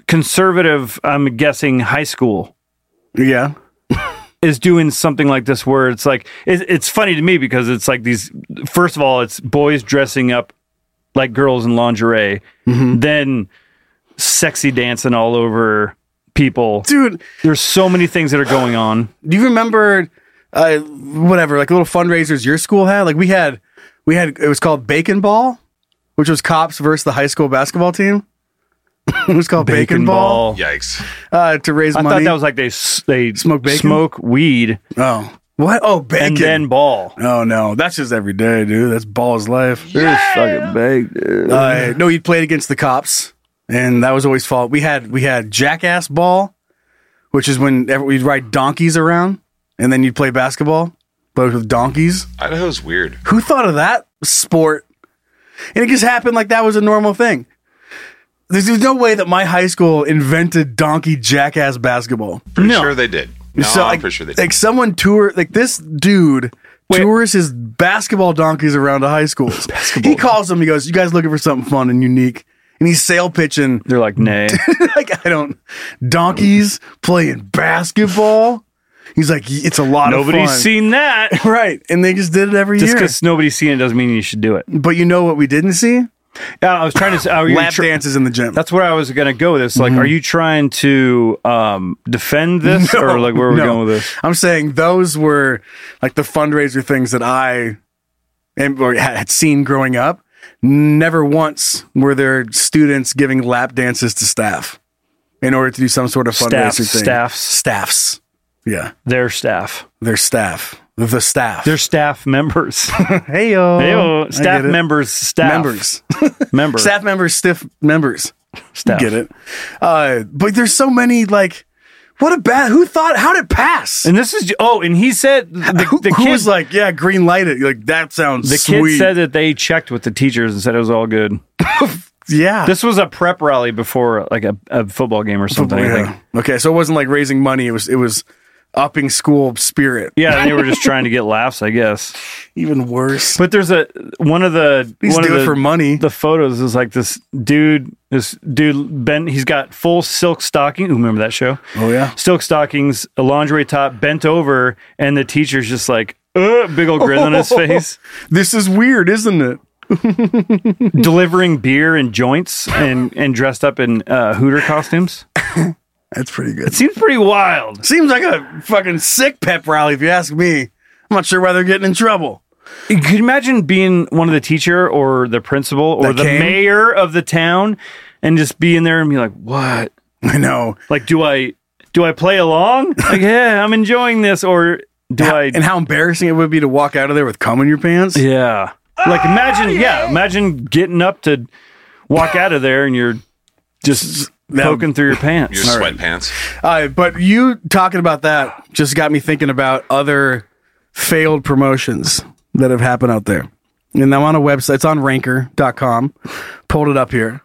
conservative, I'm guessing high school Yeah. is doing something like this where it's like it, it's funny to me because it's like these first of all it's boys dressing up like girls in lingerie Mm-hmm. then sexy dancing all over people Dude, there's so many things that are going on do you remember uh whatever like little fundraisers your school had like we had we had it was called bacon ball which was cops versus the high school basketball team it was called bacon, ball, Yikes. uh to raise i money thought that was like they s- they Smoke bacon? smoke weed oh what oh bacon and then ball oh no that's just every day dude that's ball's life fucking baked dude. uh, no he played against the cops and that was always fault we had we had jackass ball which is when ever- we'd ride donkeys around and then you'd play basketball but with donkeys Idaho's weird. Who thought of that sport? And it just happened like that was a normal thing. There's, there's no way that my high school invented donkey jackass basketball. Pretty sure they did. No, So, I'm like, pretty sure they did. like someone tour like this dude tours his basketball donkeys around to high schools. he calls them. He goes, "You guys looking for something fun and unique?" And he's sail pitching they're like nay like I don't donkeys playing basketball. He's like, it's a lot of fun. Nobody's seen that. right. And they just did it every Just year. because nobody's seen it doesn't mean you should do it. But you know what we didn't see? Yeah, I was trying to. Are you Lap dances in the gym. That's where I was going to go with this. Like, Mhm. are you trying to um, defend this, No, or like where are we no. going with this? I'm saying those were like the fundraiser things that I am, or had had seen growing up. Never once were there students giving lap dances to staff in order to do some sort of Staff, fundraiser thing. staffs. staffs, yeah, their staff, their staff, the staff, their staff members. Oh, hey yo, Heyo, staff members, staff. members, Member. staff members, stiff members. Staff. Get it? Uh, but there's so many like, what a bad. Who thought? How did it pass? And this is oh, and he said the, who, the who kid was like, yeah, green light it. Like that sounds the kid sweet. said that they checked with the teachers and said it was all good. yeah, This was a prep rally before like a, a football game or something. I Yeah. think. Okay, so it wasn't like raising money. It was it was upping school spirit. Yeah, and they were just trying to get laughs, I guess. Even worse. But there's a one of the Please one do of it the, for money. The photos is like this dude, this dude Ben. He's got full silk stocking. Ooh, remember that show? Oh yeah. Silk stockings, a lingerie top, bent over, and the teacher's just like, uh, big old grin on his Oh. face, This is weird, isn't it? delivering beer and joints, and and dressed up in uh, Hooter costumes. That's pretty good. Seems pretty wild. Seems like a fucking sick pep rally, if you ask me. I'm not sure why they're getting in trouble. Could you imagine being one of the teacher or the principal or That the came? mayor of the town and just be in there and be like, what? I know. Like, do I do I play along? Like, yeah, I'm enjoying this, or do I? And how embarrassing it would be to walk out of there with cum in your pants. yeah, like imagine, yeah. imagine getting up to walk out of there and you're just That- poking through your pants. Your All right. sweatpants. Uh, but you talking about that just got me thinking about other failed promotions that have happened out there. And I'm on a website, it's on ranker.com. Pulled it up here.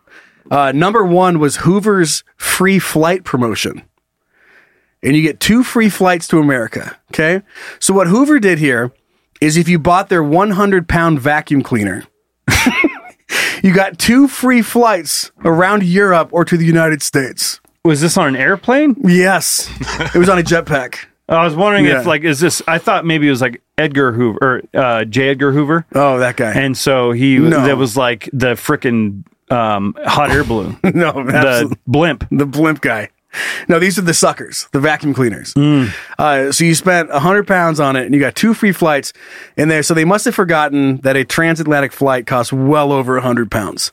Uh, number one was Hoover's free flight promotion. And you get two free flights to America. Okay. So, what Hoover did here is if you bought their 100 pound vacuum cleaner, you got two free flights around Europe or to the United States. Was this on an airplane? Yes. It was on a jetpack. I was wondering Yeah. if like is this? I thought maybe it was like Edgar Hoover or uh, J. Edgar Hoover. Oh, that guy. And so he No. that was like the freaking um, hot air balloon, no, absolutely. the blimp. the blimp guy. No, these are the suckers, the vacuum cleaners. Mm. Uh, so you spent hundred pounds on it, and you got two free flights in there. So they must have forgotten that a transatlantic flight costs well over hundred pounds.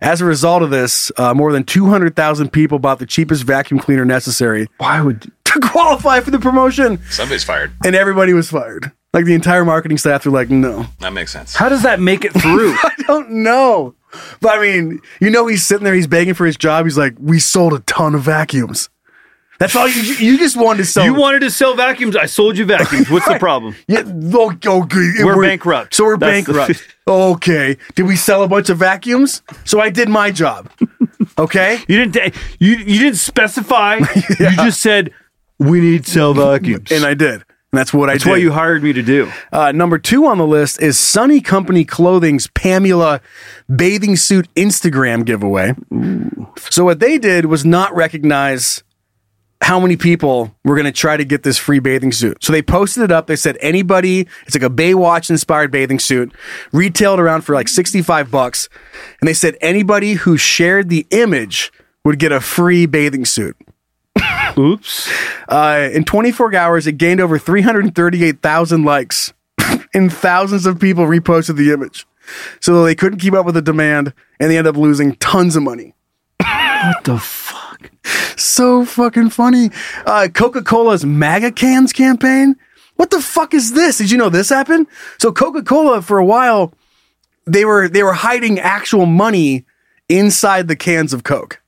As a result of this, uh, more than two hundred thousand people bought the cheapest vacuum cleaner necessary Why would to qualify for the promotion, Somebody's fired. and everybody was fired. Like the entire marketing staff were like, "No, That makes sense. how does that make it through? I don't know." But I mean, you know, he's sitting there, he's begging for his job. He's like, "We sold a ton of vacuums." That's all you. You just wanted to sell. you wanted to sell vacuums. I sold you vacuums. What's the problem? Yeah, oh, oh, good. We're bankrupt. So we're That's the- bankrupt. okay. Did we sell a bunch of vacuums? So I did my job. Okay. You didn't. ta- You you didn't specify. You just said we need sell vacuums, And I did. And that's what that's I did. what you hired me to do. uh, number two on the list is Sunny Company Clothing's Pamela bathing suit Instagram giveaway. So what they did was not recognize how many people were going to try to get this free bathing suit. So they posted it up. They said anybody, it's like a Baywatch inspired bathing suit, retailed around for like 65 bucks. And they said anybody who shared the image would get a free bathing suit. Oops. Uh, in 24 hours, it gained over 338,000 likes, and thousands of people reposted the image. So they couldn't keep up with the demand, and they ended up losing tons of money. What the fuck? So fucking funny. Uh, Coca Cola's MAGA cans campaign. What the fuck is this? Did you know this happened? So Coca Cola for a while, they were they were hiding actual money inside the cans of Coke.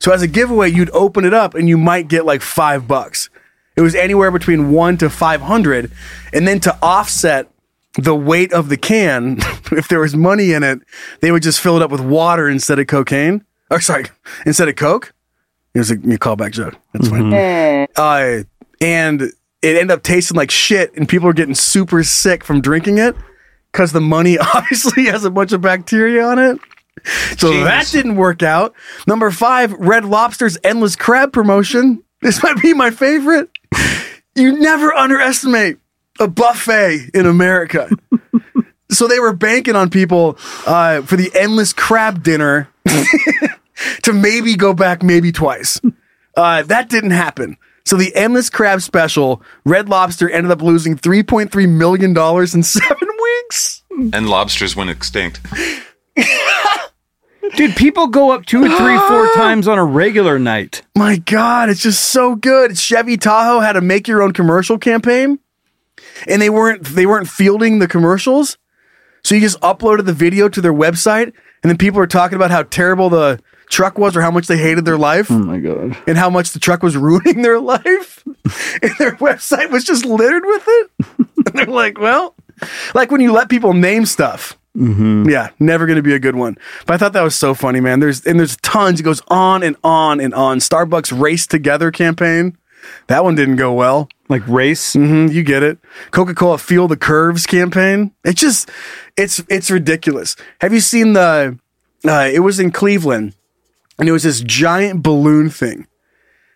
So as a giveaway, you'd open it up and you might get like five bucks. It was anywhere between one to five hundred, and then to offset the weight of the can, if there was money in it, they would just fill it up with water instead of cocaine. Or sorry, instead of Coke. It was a, a callback joke. That's fine. Uh, and it ended up tasting like shit, and people are getting super sick from drinking it because the money obviously has a bunch of bacteria on it. So that Genius. didn't work out. Number five, Red Lobster's Endless Crab promotion. This might be my favorite. You never underestimate a buffet in America. so they were banking on people uh, for the endless crab dinner to maybe go back maybe twice. Uh, that didn't happen. So the endless crab special, Red Lobster ended up losing $3.3 million in seven weeks. And lobsters went extinct. Dude, people go up two, three, four times on a regular night. My God, it's just so good. Chevy Tahoe had a make your own commercial campaign, and they weren't they weren't fielding the commercials. So you just uploaded the video to their website, and then people are talking about how terrible the truck was or how much they hated their life. Oh my god. And how much the truck was ruining their life. and their website was just littered with it. and they're like, well, like when you let people name stuff. Mm-hmm. Yeah, never going to be a good one. But I thought that was so funny, man. There's and there's tons. It goes on and on and on. Starbucks Race Together campaign. That one didn't go well. Like race, mm-hmm, you get it. Coca Cola Feel the Curves campaign. It just, it's it's ridiculous. Have you seen the? Uh, it was in Cleveland, and it was this giant balloon thing,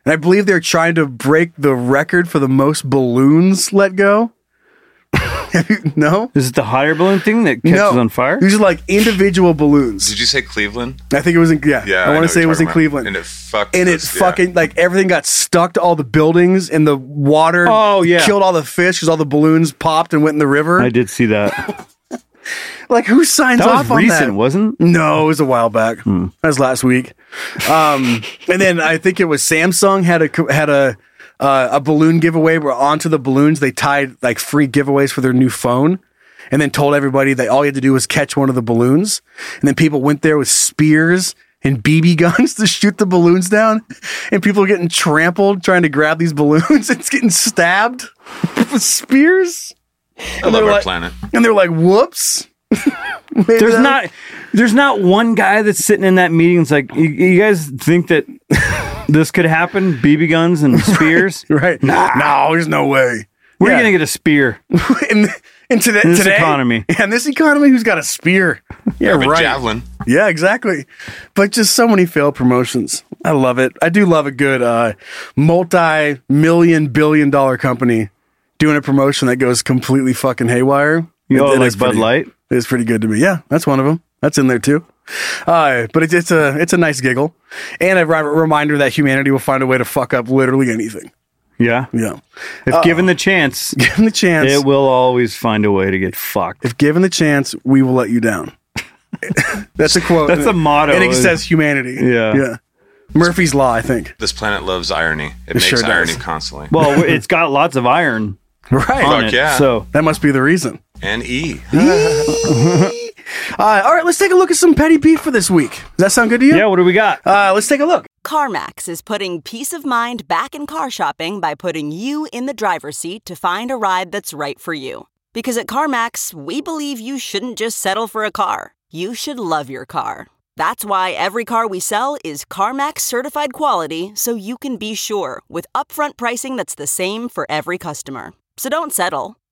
and I believe they're trying to break the record for the most balloons let go. Have you, no, Is it the higher balloon thing that catches no. on fire? These are like individual balloons. Did you say Cleveland? I think it was in yeah. Yeah, I know want to what say it you're was in talking about. Cleveland. And it fucked. and it us, yeah. fucking like everything got stuck to all the buildings and the water. Oh, yeah. killed all the fish because all the balloons popped and went in the river. I did see that. Like who signs That was off on recent, that? wasn't? No, it was a while back. Hmm. That was last week. Um, and then I think it was Samsung had a co- had a uh, a balloon giveaway where onto the balloons they tied like free giveaways for their new phone. And then told everybody that all you had to do was catch one of the balloons. And then people went there with spears and BB guns to shoot the balloons down. And people are getting trampled trying to grab these balloons. it's getting stabbed with spears. I love they're our like- planet. And they're like, whoops. There's not there's not one guy that's sitting in that meeting that's like, you, you guys think that this could happen? BB guns and spears? Right. No, there's no way. Where are you going to get a spear? in, in, today, In this today- economy. Yeah, in this economy, who's got a spear? Yeah, Or a right. Javelin. Yeah, exactly. But just so many failed promotions. I love it. I do love a good uh, multi-million billion dollar company doing a promotion that goes completely fucking haywire. You know, It- it Oh, like is Bud pretty- Light? It is pretty good to me. Yeah, that's one of them. That's in there too. Uh, but it's, it's a it's a nice giggle and a ri- reminder that humanity will find a way to fuck up literally anything. Yeah. Yeah. If given the chance, Given the chance, it will always find a way to get fucked. if given the chance, we will let you down. That's a quote. That's a motto. And it says humanity. Yeah. Yeah. Murphy's Law, I think. This planet loves irony. It, It makes sure does. irony constantly. Well, it's got lots of iron. Right. on Fuck it, yeah. So That must be the reason. and E. Uh, all right, let's take a look at some petty beef for this week. Does that sound good to you? yeah, what do we got? Uh, let's take a look. CarMax is putting peace of mind back in car shopping by putting you in the driver's seat to find a ride that's right for you. Because at CarMax, we believe you shouldn't just settle for a car, you should love your car. That's why every car we sell is CarMax certified quality so you can be sure with upfront pricing that's the same for every customer. So don't settle.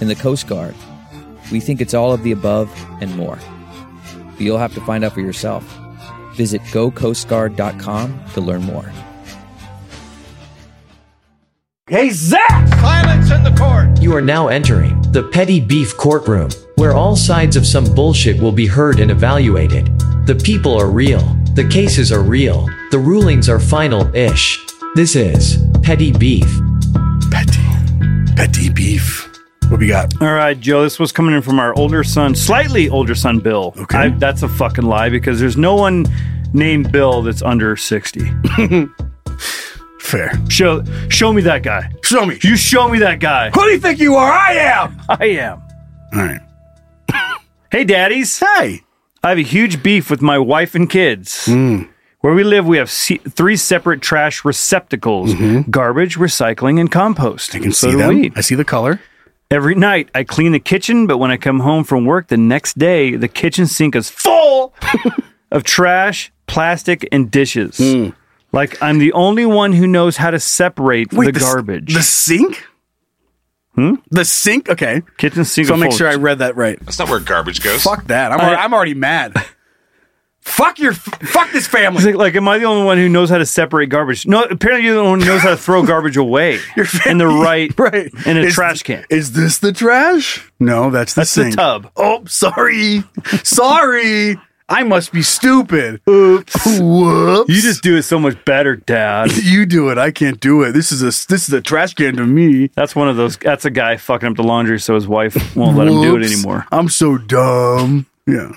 In the Coast Guard, we think it's all of the above and more. But you'll have to find out for yourself. Visit gocoastguard.com to learn more. Hey, Zach! Silence in the court! You are now entering the Petty Beef Courtroom, where all sides of some bullshit will be heard and evaluated. The people are real, the cases are real, the rulings are final ish. This is Petty Beef. Petty. Petty beef. What we got? All right, Joe. This was coming in from our older son, slightly older son, Bill. Okay, I, that's a fucking lie because there's no one named Bill that's under sixty. Fair. Show show me that guy. Show me. You show me that guy. Who do you think you are? I am. I am. All right. Hey, daddies. Hey. I have a huge beef with my wife and kids. Where we live, we have se- three separate trash receptacles garbage, recycling, and compost. I can see them. I see the color. Every night, I clean the kitchen, but when I come home from work the next day, the kitchen sink is full of trash, plastic, and dishes. Hmm. Like I'm the only one who knows how to separate Wait, the, the s- garbage. The sink? Hmm? The sink? Okay. Kitchen sink. So I'll is make full sure of- I read that right. That's not where garbage goes. Fuck that. I'm, I- alre- I'm already mad. fuck your. Fuck this family. It's like, like, am I the only one who knows how to separate garbage? No, apparently you're the only one who knows how to throw garbage away in the right, right in a Is- trash can. Is this the trash? No, that's the That's the sink. tub. Oh, sorry. sorry. I must be stupid. Oops. Whoops. You just do it so much better, Dad. You do it. I can't do it. This is a this is a trash can to me. That's one of those. That's a guy fucking up the laundry, so his wife won't let him do it Whoops. anymore. I'm so dumb. Yeah.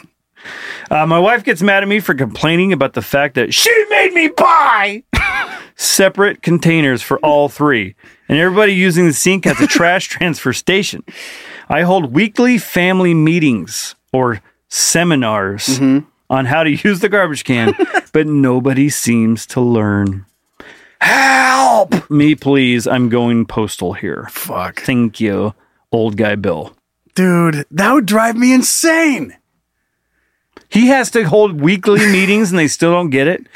Uh, my wife gets mad at me for complaining about the fact that she made me buy separate containers for all three, and everybody using the sink has a trash transfer station. I hold weekly family meetings or seminars Mm-hmm. on how to use the garbage can, but nobody seems to learn. Help. Me, please. I'm going postal here. Fuck. Thank you, old guy Bill. Dude, that would drive me insane. He has to hold weekly meetings and they still don't get it.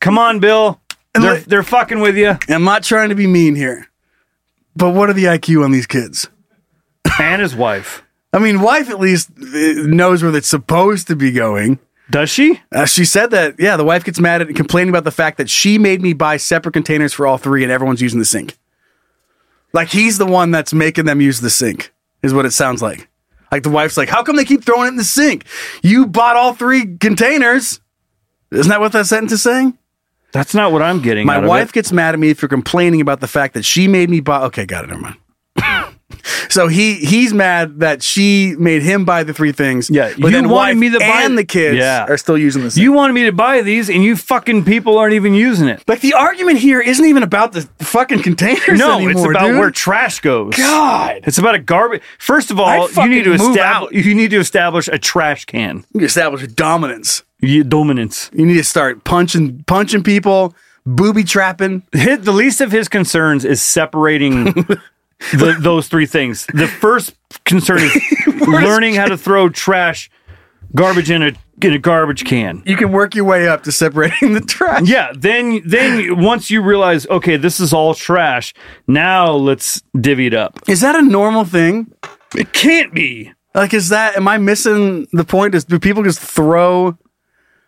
Come on, Bill. They're, let- they're fucking with you. I'm not trying to be mean here. But what are the IQ on these kids? And his wife. I mean, wife at least uh, knows where it's supposed to be going. Does she? Uh, she said that, yeah, the wife gets mad at complaining about the fact that she made me buy separate containers for all three and everyone's using the sink. Like he's the one that's making them use the sink, is what it sounds like. Like the wife's like, how come they keep throwing it in the sink? You bought all three containers. Isn't that what that sentence is saying? That's not what I'm getting. out My of wife it. gets mad at me for complaining about the fact that she made me buy. Okay, got it. Never mind. so he he's mad that she made him buy the three things. Yeah, but you then wanted wife me to buy- and the kids Yeah. are still using this. You wanted me to buy these and you fucking people aren't even using it. like the argument here isn't even about the fucking containers. No, it's anymore, about dude. where trash goes. God. It's about a garbage. First of all, I'd you need to fucking move establish. You need to establish a trash can. You establish dominance. You- dominance. You need to start punching punching people, booby trapping. His, the least of his concerns is separating the, those three things. The first concern is learning how to throw trash, garbage in a in a garbage can. You can work your way up to separating the trash. Yeah, then then once you realize, okay, this is all trash. Now let's divvy it up. Is that a normal thing? It can't be. Like, is that? Am I missing the point? Is do people just throw?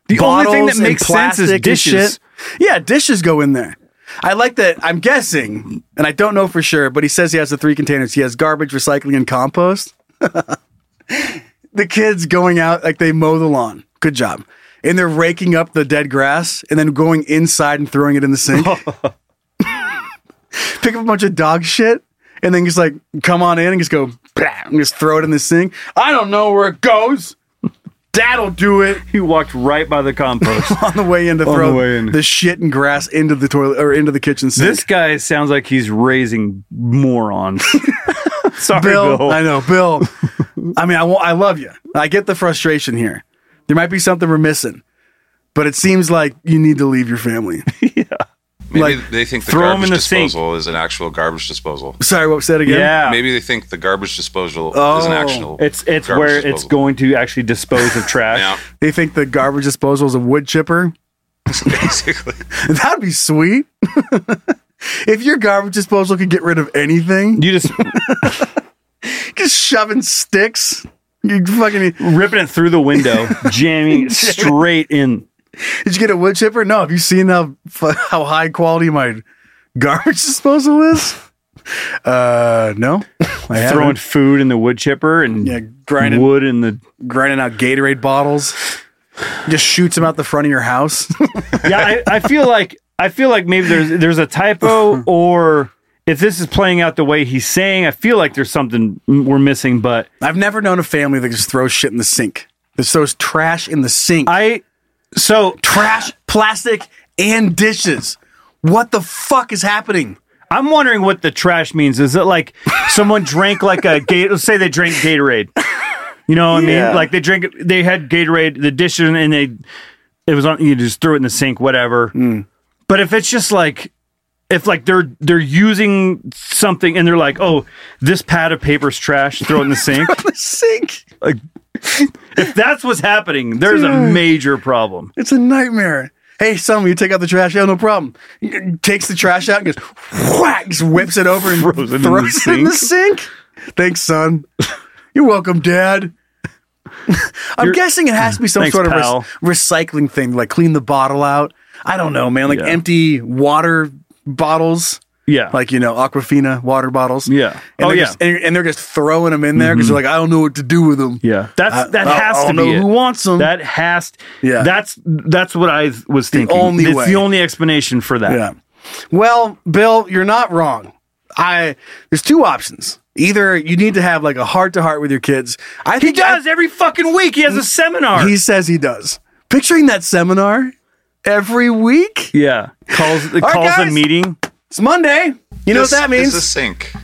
The only thing bottles that and makes sense is plastic and shit. dishes. Yeah, dishes go in there. I like that. I'm guessing, and I don't know for sure, but he says he has the three containers. He has garbage, recycling, and compost. the kids going out like they mow the lawn. Good job. And they're raking up the dead grass and then going inside and throwing it in the sink. Oh. Pick up a bunch of dog shit and then just like come on in and just go bam, and just throw it in the sink. I don't know where it goes. Dad'll do it He walked right by the compost. on the way in to On throw the the, way in. shit and grass into the toilet or into the kitchen sink. this guy sounds like he's raising morons. Sorry, Bill, Bill. I know, Bill. I mean, I, wa- I love you. I get the frustration here. There might be something we're missing, but it seems like you need to leave your family. Maybe Like, they think the throw 'em garbage in the sink. disposal is an actual garbage disposal. Sorry, what was that again? Yeah. Maybe they think the garbage disposal is an Oh. actual. It's it's garbage where it's disposal. going to actually dispose of trash. Yeah, They think the garbage disposal is a wood chipper. basically. That'd be sweet. if your garbage disposal could get rid of anything, You just just shoving sticks. You fucking ripping it through the window, jamming it straight in. Did you get a wood chipper? No. Have you seen how f- how high quality my garbage disposal is? Uh, no. I haven't. Throwing food in the wood chipper and Yeah, grinding- wood in the grinding out Gatorade bottles. Just shoots them out the front of your house. yeah, I, I feel like I feel like maybe there's there's a typo or if this is playing out the way he's saying, I feel like there's something m- we're missing. But I've never known a family that just throws shit in the sink. That throws trash in the sink. I so trash, plastic, and dishes. What the fuck is happening? I'm wondering what the trash means. Is it like someone drank like a Gatorade? Let's say they drank Gatorade. You know what I Yeah. mean? Like they drink, they had Gatorade, the dishes, and they it was on. You just threw it in the sink, whatever. Hmm. But if it's just like if like they're they're using something and they're like, oh, this pad of paper's trash, throw it in the sink. the sink. Like if that's what's happening, there's a Dude. major problem. It's a nightmare. Hey, son, will you take out the trash? Yeah, no problem. Takes the trash out and goes whack, just whips it over and throws it in it, the in, the sink. Thanks, son. You're welcome, Dad. I'm You're- guessing it has to be some Thanks, sort of pal. rec- recycling thing, like clean the bottle out. I don't know, man. Like Yeah. empty water bottles. Yeah. Like, you know, Aquafina water bottles. Yeah. And Oh, they're yeah. Mm-hmm. Just, and, and they're just throwing them in there because they're like, I don't know what to do with them. Yeah. That's I- that I- has I to don't be know it. who wants them. That has Yeah. That's that's what I was thinking. only it's way. the only explanation for that. Yeah. Well, Bill, you're not wrong. I there's two options. Either you need to have like a heart to heart with your kids. I He does every fucking week. He has a seminar. He says he does. Picturing that seminar every week. Yeah. Calls All right, calls a guys. meeting. It's Monday. You know what This that is means? a sink.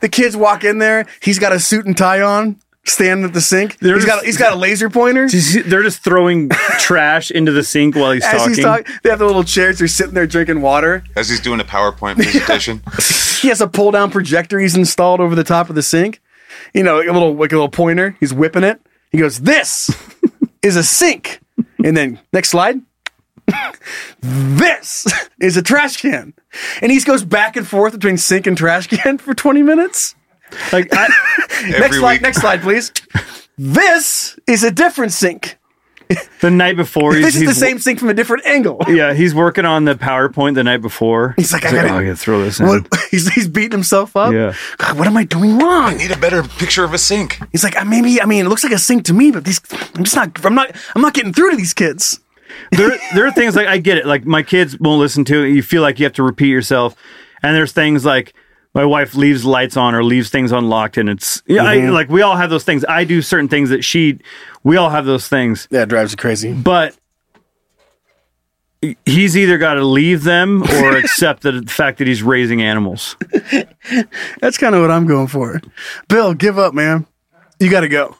the kids walk in there. He's got a suit and tie on, standing at the sink. They're he's just- got he's got a laser pointer. They're just throwing trash into the sink while he's As talking. he's talking, they have the little chairs. They're sitting there drinking water. As he's doing a PowerPoint presentation. he has a pull down projector he's installed over the top of the sink. You know, like a little like a little pointer. He's whipping it. He goes, "This is a sink." And then next slide. this is a trash can. And he goes back and forth between sink and trash can for 20 minutes. Like I, next Every slide, week. next slide, please. This is a different sink. the night before, he's, This is the he's- same sink from a different angle. Yeah, he's working on the PowerPoint the night before. He's like, I gotta- oh, I gotta throw this in. What, he's, he's beating himself up. Yeah. God, what am I doing wrong? I need a better picture of a sink. He's like, I maybe I mean, it looks like a sink to me, but these I'm just not I'm not I'm not getting through to these kids. there there are things like I get it. Like my kids won't listen to it. You feel like you have to repeat yourself. And there's things like my wife leaves lights on or leaves things unlocked, and it's yeah. I, Mhm. like we all have those things. I do certain things that she. We all have those things. Yeah, it drives you crazy. But he's either got to leave them or accept the fact that he's raising animals. That's kind of what I'm going for. Bill, give up, man. You got to go.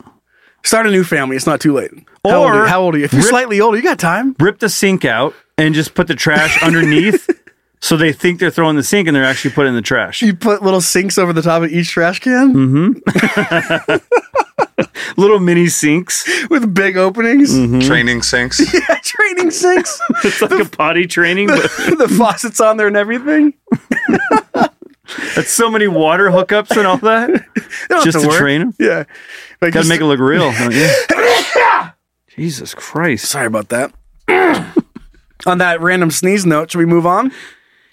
Start a new family. It's not too late. how old are you? Or- How old are you? If you're Rip- slightly older, you got time. Rip the sink out and just put the trash underneath. So they think they're throwing the sink and they're actually putting it in the trash. You put little sinks over the top of each trash can Mm. Little mini sinks. with big openings. Mm. Training sinks. Yeah, training sinks. It's like a potty training, but the faucets on there and everything. That's so many water hookups and all that. They don't have Just to, work. train him. Yeah. Like Gotta just- make it look real. don't you? Jesus Christ. Sorry about that. on that random sneeze note, should we move on?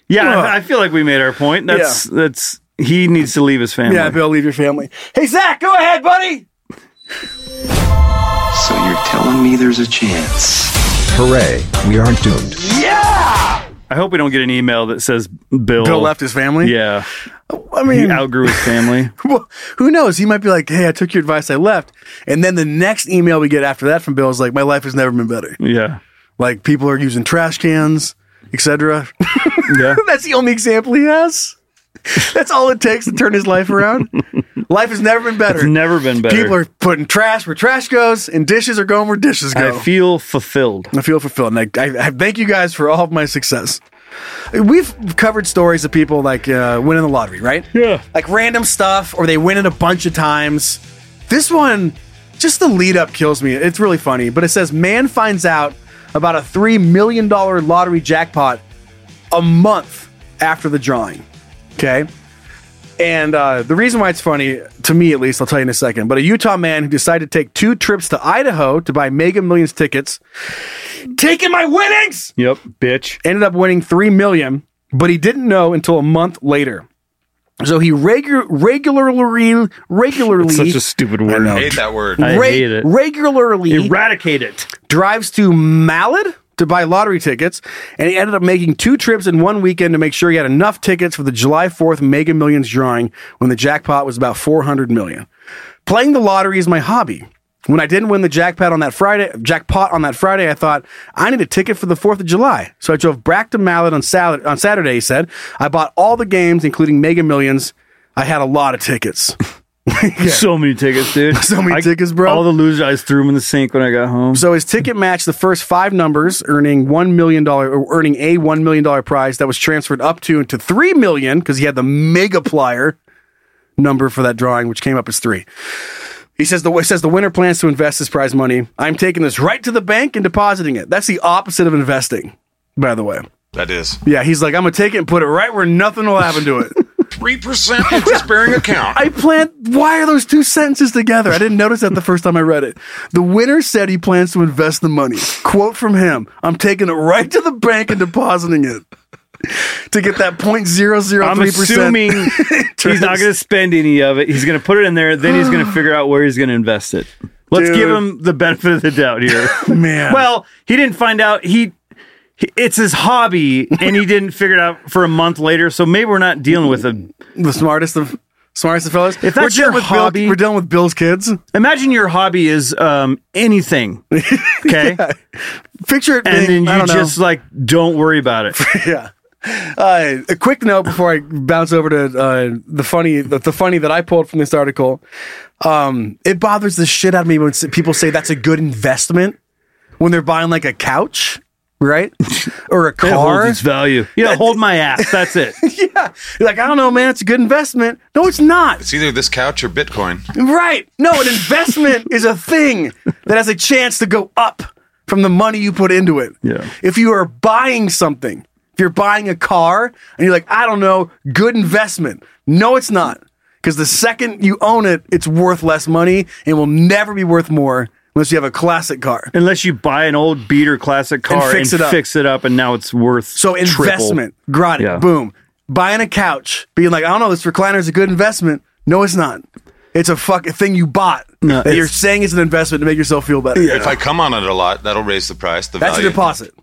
Yeah, I, I feel like we made our point. That's that's he needs to leave his family. Yeah, Bill, leave your family. Hey, Zach, go ahead, buddy. So you're telling me there's a chance? Hooray, we aren't doomed. I hope we don't get an email that says Bill Bill left his family. Hmm. Yeah, I he mean, outgrew his family. well, who knows? He might be like, "Hey, I took your advice. I left." And then the next email we get after that from Bill is like, "My life has never been better. Yeah, Like people are using trash cans, etc." yeah. That's the only example he has. That's all it takes to turn his life around. life has never been It's better. never been better. People are putting trash where trash goes, and dishes are going where dishes go. I feel fulfilled. I feel fulfilled. And I, I, I thank you guys for all of my success. We've covered stories of people like uh, winning the lottery, right? Yeah. Like random stuff, or they win it a bunch of times. This one, just the lead up kills me. It's really funny, but it says man finds out about a $3 million lottery jackpot a month after the drawing. Okay. And uh, the reason why it's funny, to me at least, I'll tell you in a second, but a Utah man who decided to take two trips to Idaho to buy mega millions tickets, taking my winnings, Yep, bitch. ended up winning 3 million, but he didn't know until a month later. So he regu- regularly, regularly, It's such a stupid word. I hate that word. I re- hate it. regularly Eradicate it. drives to Malad, to buy lottery tickets, and he ended up making two trips in one weekend to make sure he had enough tickets for the July 4th Mega Millions drawing when the jackpot was about 400 million. Playing the lottery is my hobby. When I didn't win the jackpot on that Friday, jackpot on that Friday, I thought I need a ticket for the Fourth of July. So I drove back to Mallet on, salad, on Saturday. He said I bought all the games, including Mega Millions. I had a lot of tickets. So many tickets, dude. So many I- tickets, bro. All the loser, I just threw them in the sink when I got home. So his ticket matched the first five numbers, earning one million dollar, or earning a one million dollar prize that was transferred up to to three million because he had the mega plier number for that drawing, which came up as three. He says the he says the winner plans to invest his prize money. I'm taking this right to the bank and depositing it. That's the opposite of investing, by the way. That is. Yeah, he's like, I'm gonna take it and put it right where nothing will happen to it. 3% interest bearing account. I plan. Why are those two sentences together? I didn't notice that the first time I read it. The winner said he plans to invest the money. Quote from him: "I'm taking it right to the bank and depositing it to get that point zero zero I'm three percent." assuming he's not going to spend any of it. He's going to put it in there. Then he's going to figure out where he's going to invest it. Let's Dude. give him the benefit of the doubt here. Man. Well, he didn't find out. He, he- it's his hobby, and he didn't figure it out for a month later. So maybe we're not dealing with a the smartest of smartest of fellas. If We're that's dealing your with Bill- hobby, we're dealing with Bill's kids. Imagine your hobby is um, anything. Okay, picture it, and being- then I you don't know. just like don't worry about it. yeah. Uh, a quick note before I bounce over to uh, the funny, the, the funny that I pulled from this article. Um, it bothers the shit out of me when s- people say that's a good investment when they're buying like a couch, right, or a It holds car. its value. Yeah, hold my ass. That's it. yeah, You're like I don't know, man. It's a good investment. No, it's not. It's either this couch or Bitcoin. Right? No, an investment is a thing that has a chance to go up from the money you put into it. Yeah. If you are buying something, if you're buying a car and you're like, I don't know, good investment. No, it's not. Because the second you own it, it's worth less money and will never be worth more unless you have a classic car. Unless you buy an old beater classic car and fix, it, up. and now it's worth So investment. Got it. Yeah. Boom. Buying a couch, being like, I don't know, this recliner is a good investment. No, it's not. It's a fucking thing you bought No, that you're it's- saying is an investment to make yourself feel better. If I come on it a lot, that'll raise the price, the That's a value. deposit.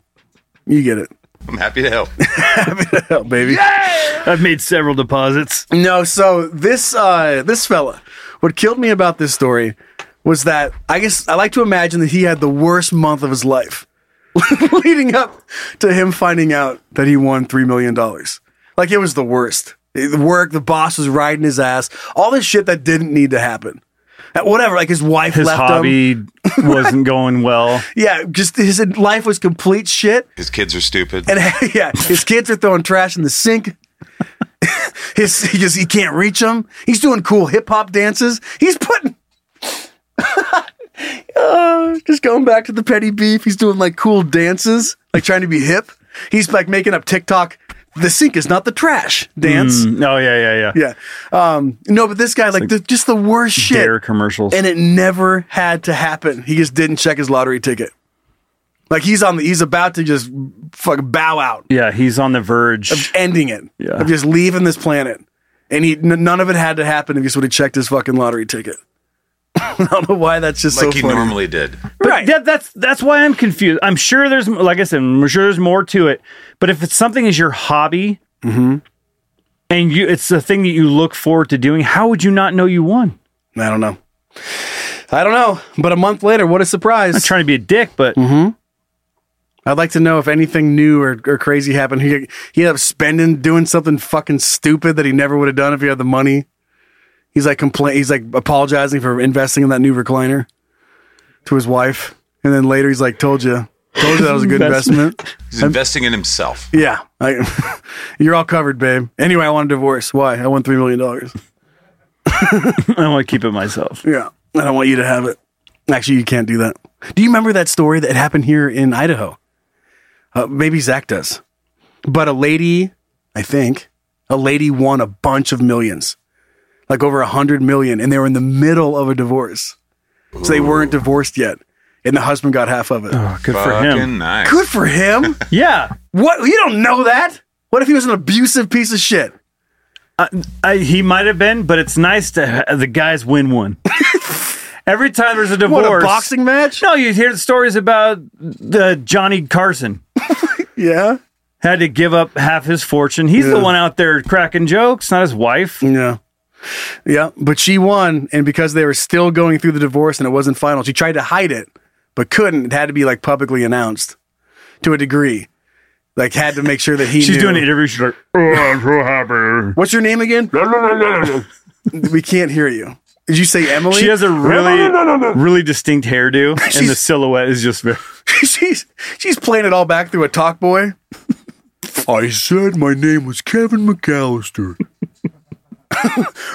You get it. I'm happy to help. Oh, baby. I've made several deposits. No, so this uh, this fella, what killed me about this story was that I guess I like to imagine that he had the worst month of his life, leading up to him finding out that he won three million dollars. Like it was the worst. It- The work, the boss was riding his ass, all this shit that didn't need to happen. Uh, Whatever, like his wife His left him. hobby wasn't going well. Yeah, just his life was complete shit. His kids are stupid. And yeah, his kids are throwing trash in the sink. his he just he can't reach them. He's doing cool hip hop dances. He's putting. Oh, just going back to the petty beef. He's doing like cool dances, like trying to be hip. He's like making up TikTok. The sink is not the trash dance. Mm, oh yeah, yeah, yeah. Yeah. Um, no, but this guy, like, the, just the worst shit. Dare commercials. And it never had to happen. He just didn't check his lottery ticket. Like he's on the, he's about to just fucking bow out yeah, he's on the verge. of ending it, Yeah. of just leaving this planet. And he, n- none of it had to happen if he just would have checked his fucking lottery ticket. I don't know why that's just like so he funny. normally did. But that, that's that's why I'm confused. I'm sure there's like I said, I'm sure there's more to it. But if it's something is your hobby Mm-hmm. and you it's the thing that you look forward to doing, how would you not know you won? I don't know. I don't know. But a month later, what a surprise. I'm trying to be a dick, but. Mm-hmm. I'd like to know if anything new or, or crazy happened. He, he ended up spending, doing something fucking stupid that he never would have done if he had the money. He's like complain. He's like apologizing for investing in that new recliner to his wife, and then later he's like, "Told you, told you that was a good investment." He's investing in himself. Yeah, I, you're all covered, babe. Anyway, I want a divorce. Why? I won three million dollars. I want to keep it myself. Yeah, I don't want you to have it. Actually, you can't do that. Do you remember that story that happened here in Idaho? Uh, maybe Zach does. But a lady, I think, a lady won a bunch of millions, like over a hundred million, and they were in the middle of a divorce, so they weren't divorced yet, and the husband got half of it. Oh. good for him. Fucking nice. Good for him. yeah. What? You don't know that? What if he was an abusive piece of shit? I, I, he might have been, but it's nice to ha- the guys win one. Every time there's a What, divorce, a boxing match. No, you hear the stories about the Johnny Carson. yeah, had to give up half his fortune. He's the Yeah. one out there cracking jokes, not his wife. Yeah, Yeah, but she won, and because they were still going through the divorce and it wasn't final, she tried to hide it, but couldn't. It had to be like publicly announced to a degree. Like had to make sure that he. She's knew. doing an interview. She's like, "Oh, I'm so happy." What's your name again? we can't hear you. Did you say Emily? She has a really, really distinct hairdo, and the She's- silhouette is just very. she's she's playing it all back through a talk boy. I said my name was Kevin McAllister.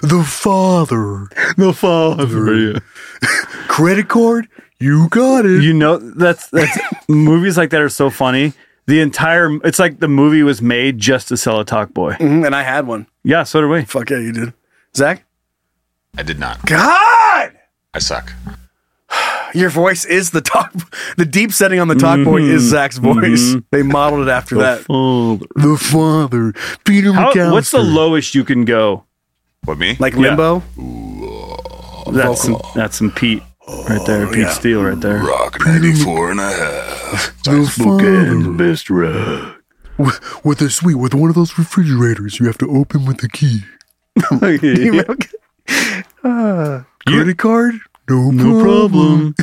the father. The father. Credit card, you got it. You know that's that's movies like that are so funny. The entire it's like the movie was made just to sell a talk boy. Mhm, and I had one. Yeah, so did we. Fuck yeah, you did. Zach? I did not. God! I suck. Your voice is the talk. The deep setting on the talk boy Mhm. is Zach's voice. Mhm. They modeled it after The that. father. The father, Peter How, what's the lowest you can go? What me? Like limbo? That's some, that's some Pete right Oh, there. Pete Steele right there. Rock 94 and a half. The Bookend, best rock. With a suite, with one of those refrigerators you have to open with the key. Ah, Credit card? Mm. No, No problem.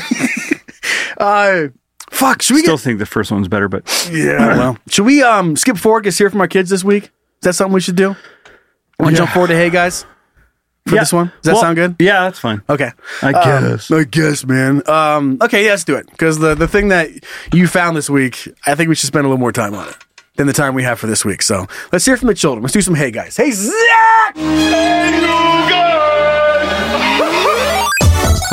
Uh, fuck, should we Still get. think the first one's better, but Yeah, well. Should we um skip forward, get here from our kids this week? Is that something we should do? Want to jump forward to Hey Guys for Yeah. this one? Does that Well, sound good? Yeah, that's fine. Okay. I Um, guess. I guess, man. Um, okay, yeah, let's do it. Because the, the thing that you found this week, I think we should spend a little more time on it than the time we have for this week. So let's hear from the children. Let's do some hey guys. Hey Zach!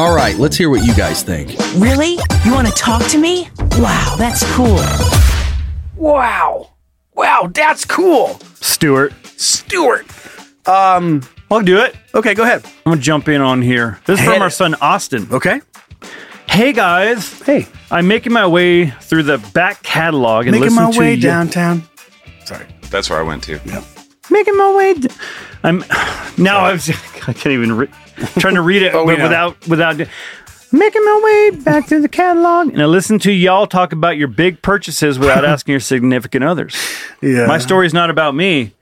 All right, let's hear what you guys think. Really? You want to talk to me? Wow, that's cool. Wow. Wow, that's cool. Stuart. Stuart. Um I'll do it. Okay, go ahead. I'm gonna jump in on here. This is Hit from our it. son Austin. Okay. Hey guys. Hey. I'm making my way through the back catalog and Making listening my to way you- downtown. That's where I went to. Making my way. D- I'm now. I was. I can't even re- trying to read it Oh, we but know. without without. Making my way back through the catalog. And I listen to y'all talk about your big purchases without asking your significant others. Yeah. My story's not about me,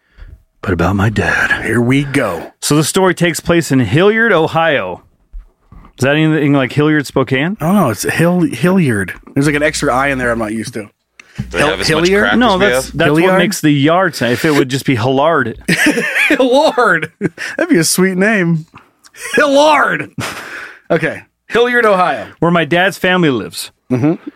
but about my dad. Here we go. So the story takes place in Hilliard, Ohio. Is that anything like Hilliard, Spokane? I don't know. It's Hill Hilliard. There's like an extra I in there I'm not used to. They have as much crap as No, we that's have? that's what Hilliard? makes the yard sound. If it would just be Hillard, Hillard. That'd be a sweet name. Hillard. Okay. Hilliard, Ohio. where my dad's family lives, Mm-hmm.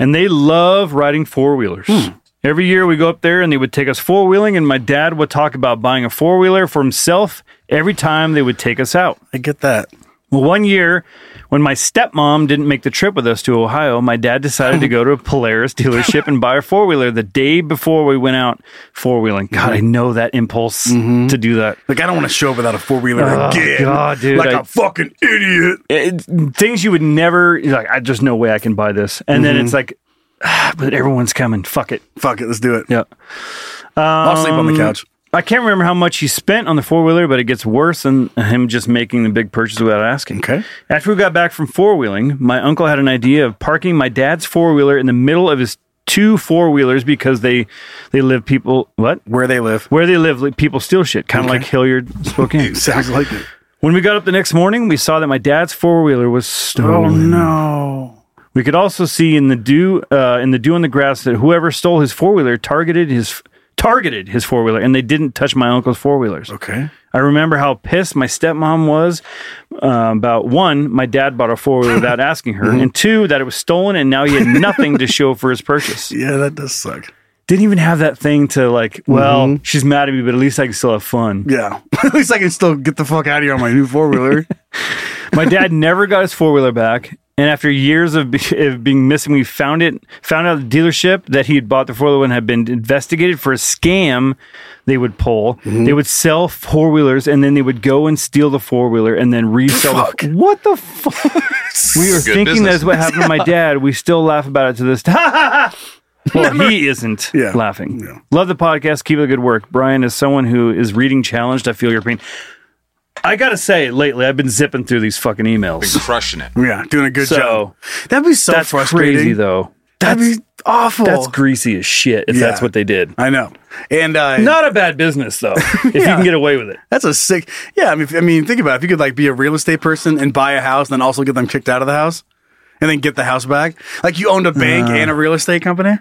and they love riding four wheelers. Hmm. Every year we go up there, and they would take us four wheeling, and my dad would talk about buying a four wheeler for himself every time they would take us out. I get that. Well, one year when my stepmom didn't make the trip with us to Ohio, my dad decided to go to a Polaris dealership and buy a four wheeler the day before we went out four wheeling. God, I Mm-hmm. know that impulse to do that. Like I don't want to show up without a four wheeler Oh, again. God, dude, Like I- a fucking idiot. It- things you would never you're like. I there's no way I can buy this, and then it's like, "Ah, but everyone's coming. Fuck it. Fuck it, let's do it. Yeah, I'll sleep on the Um, couch. I can't remember how much he spent on the four wheeler, but it gets worse than him just making the big purchase without asking. Okay. After we got back from four wheeling, my uncle had an idea of parking my dad's four wheeler in the middle of his two four wheelers because they they live people what Where they live. where they live like, people steal shit, kind of like Hilliard, Spokane. Sounds like it. When we got up the next morning, we saw that my dad's four wheeler was Oh stolen. no. We could also see in the dew uh, in the dew on the grass that whoever stole his four wheeler targeted his targeted his four wheeler, and they didn't touch my uncle's four wheelers. Okay. I remember how pissed my stepmom was uh, about one, my dad bought a four wheeler without asking her, and two, that it was stolen, and now he had nothing to show for his purchase. Yeah, that does suck. Didn't even have that thing to like. Well, she's mad at me, but at least I can still have fun. Yeah. At least I can still get the fuck out of here on my new four wheeler. My dad never got his four wheeler back, and after years of, be- of being missing, we found it. Found out at the dealership that he had bought the four wheeler and had been investigated for a scam. They would pull. Mm-hmm. They would sell four wheelers, and then they would go and steal the four wheeler and then resell. the- Fuck. what the fuck? we were Good thinking business. that's what happened to my dad. We still laugh about it to this day. well, he isn't Yeah. laughing. Love the podcast. Keep up the good work, Brian. As someone who is reading challenged, I feel your pain. I gotta say, lately I've been zipping through these fucking emails, crushing it. Yeah, doing a good job. That'd be so that's frustrating. Crazy though. That'd be awful. That's greasy as shit. If Yeah. that's what they did, I know. And uh, not a bad business though. if you can get away with it, That's a sick. Yeah, I mean, if- I mean, think about it. if you could like be a real estate person and buy a house, and then also get them kicked out of the house, and then get the house back. Like you owned a bank Uh. and a real estate company,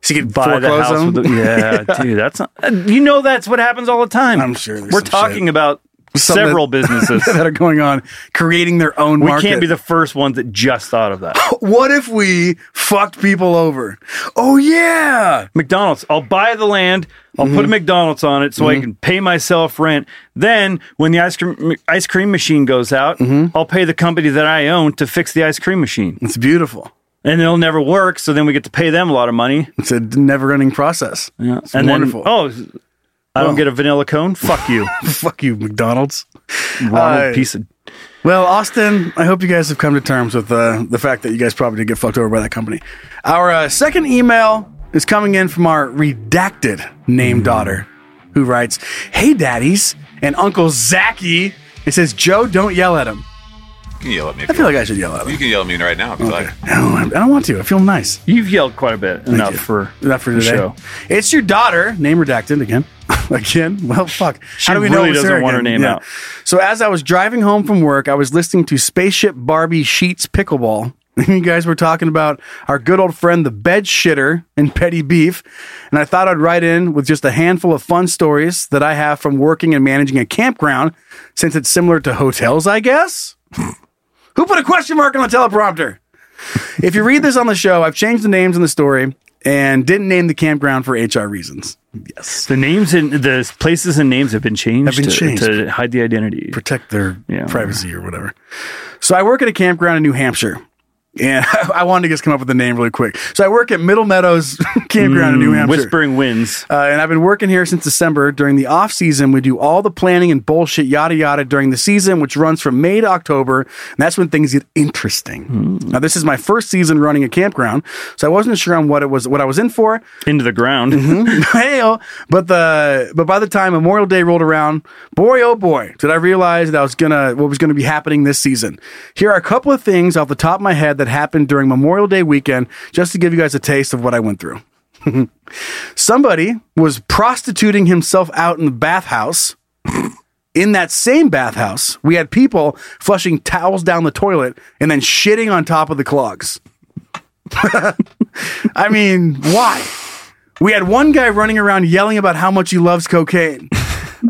so you could buy the foreclose house. them. With the, yeah, dude, that's not, uh, you know that's what happens all the time. I'm sure there's we're some talking shit. about Something several that- businesses. that are going on, creating their own. we market. can't be the first ones that just thought of that. What if we fucked people over? Oh yeah, McDonald's. I'll buy the land. I'll put a McDonald's on it so I can pay myself rent. Then, when the ice cream ice cream machine goes out, I'll pay the company that I own to fix the ice cream machine. It's beautiful, and it'll never work. So then we get to pay them a lot of money. it's a never-ending process. Yeah, it's and wonderful. Then, oh, I Well. don't get a vanilla cone. Fuck you, fuck you, McDonald's. Ronald Uh, piece of Well, Austin, I hope you guys have come to terms with uh, the fact that you guys probably did get fucked over by that company. Our uh, second email is coming in from our redacted name daughter, who writes, "Hey, daddies and Uncle Zachy." It says, "Joe, don't yell at him." You can yell at me. I feel like I should yell at him. You can yell at me right now if you like. No, I don't want to. I feel nice. You've yelled quite a bit. Thank Enough you. for Enough for the today. show. It's your daughter, name redacted again. again? Well, fuck. She really it was doesn't want her again? name out. So as I was driving home from work, I was listening to Spaceship Barbie Sheets Pickleball. You guys were talking about our good old friend, the bed shitter and petty beef. And I thought I'd write in with just a handful of fun stories that I have from working and managing a campground, since it's similar to hotels, I guess. Who put a question mark on the teleprompter? if you read this on the show, I've changed the names in the story and didn't name the campground for HR reasons. Yes. The names and the places and names have been changed. Have been to- changed. to hide the identity, protect their yeah. privacy or whatever. So I work at a campground in New Hampshire. And I wanted to just come up with a name really quick. So I work at Middle Meadows Campground in New Mm, Hampshire. Whispering Winds. Uh, and I've been working here since December. During the off season, we do all the planning and bullshit, yada yada, during the season, which runs from May to October. And that's when things get interesting. Mm. Now, this is my first season running a campground, so I wasn't sure on what it was, what I was in for. Into the ground. hey, oh, but the but by the time Memorial Day rolled around, boy oh boy, did I realize that I was gonna what was gonna be happening this season. Here are a couple of things off the top of my head that happened during Memorial Day weekend, just to give you guys a taste of what I went through. Somebody was prostituting himself out in the bathhouse. In that same bathhouse, we had people flushing towels down the toilet and then shitting on top of the clogs. I mean, why? We had one guy running around yelling about how much he loves cocaine.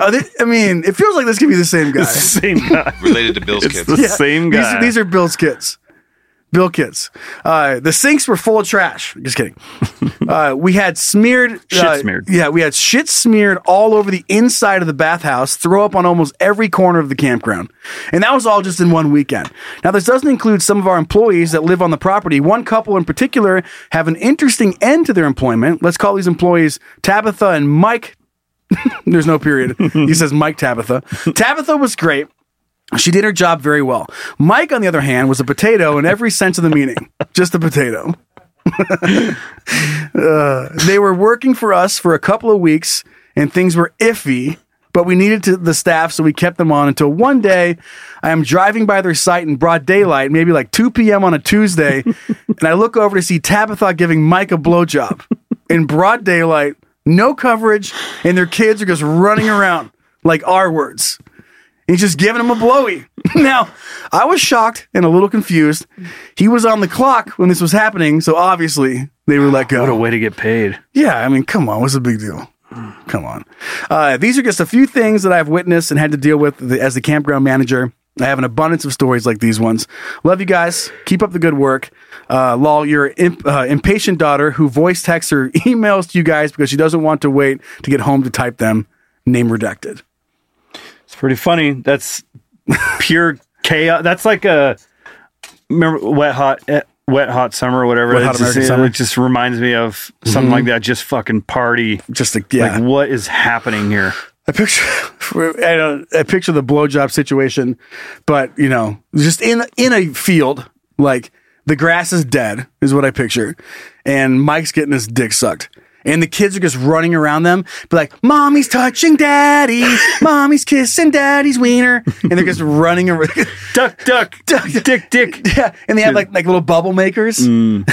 Uh, thi- I mean, it feels like this could be the same guy. It's the same guy. Related to Bill's It's kids. the same These- guy. These, are Bill's kids. Bill kids. Uh, the sinks were full of trash. Just kidding. Uh, we had smeared Shit uh, smeared. Yeah, we had shit smeared all over the inside of the bathhouse. Throw up on almost every corner of the campground, and that was all just in one weekend. Now, this doesn't include some of our employees that live on the property. One couple in particular have an interesting end to their employment. Let's call these employees Tabitha and Mike there's no period. he says Mike Tabitha. Tabitha was great. She did her job very well. Mike, on the other hand, was a potato in every sense of the meaning. Just a potato. Uh, they were working for us for a couple of weeks and things were iffy, but we needed to, the staff, so we kept them on until one day I am driving by their site in broad daylight, maybe like 2 p.m. on a Tuesday, and I look over to see Tabitha giving Mike a blowjob in broad daylight, no coverage, and their kids are just running around like R words. He's just giving him a blowy. now, I was shocked and a little confused. He was on the clock when this was happening, so obviously they were let go. What a way to get paid. Yeah, I mean, come on, what's the big deal? Come on. Uh, these are just a few things that I've witnessed and had to deal with the, as the campground manager. I have an abundance of stories like these ones. Love you guys. Keep up the good work. Uh, Lol, your imp, uh, impatient daughter who voice texts or emails to you guys because she doesn't want to wait to get home to type them. Name redacted. It's pretty funny. That's pure chaos. That's like a remember wet hot eh, wet hot summer or whatever. Wet It Hot just, American it Summer. just reminds me of something Mhm. like that. Just fucking party. Just like yeah. Like what is happening here? I picture, I don't, I picture the blowjob situation, but you know, just in in a field, like the grass is dead, is what I picture, and Mike's getting his dick sucked, and the kids are just running around them, be like, "Mommy's touching daddy, mommy's kissing daddy's wiener," and they're just running around. duck, duck, duck, dick, dick. Mm. Yeah, and they have like like little bubble makers.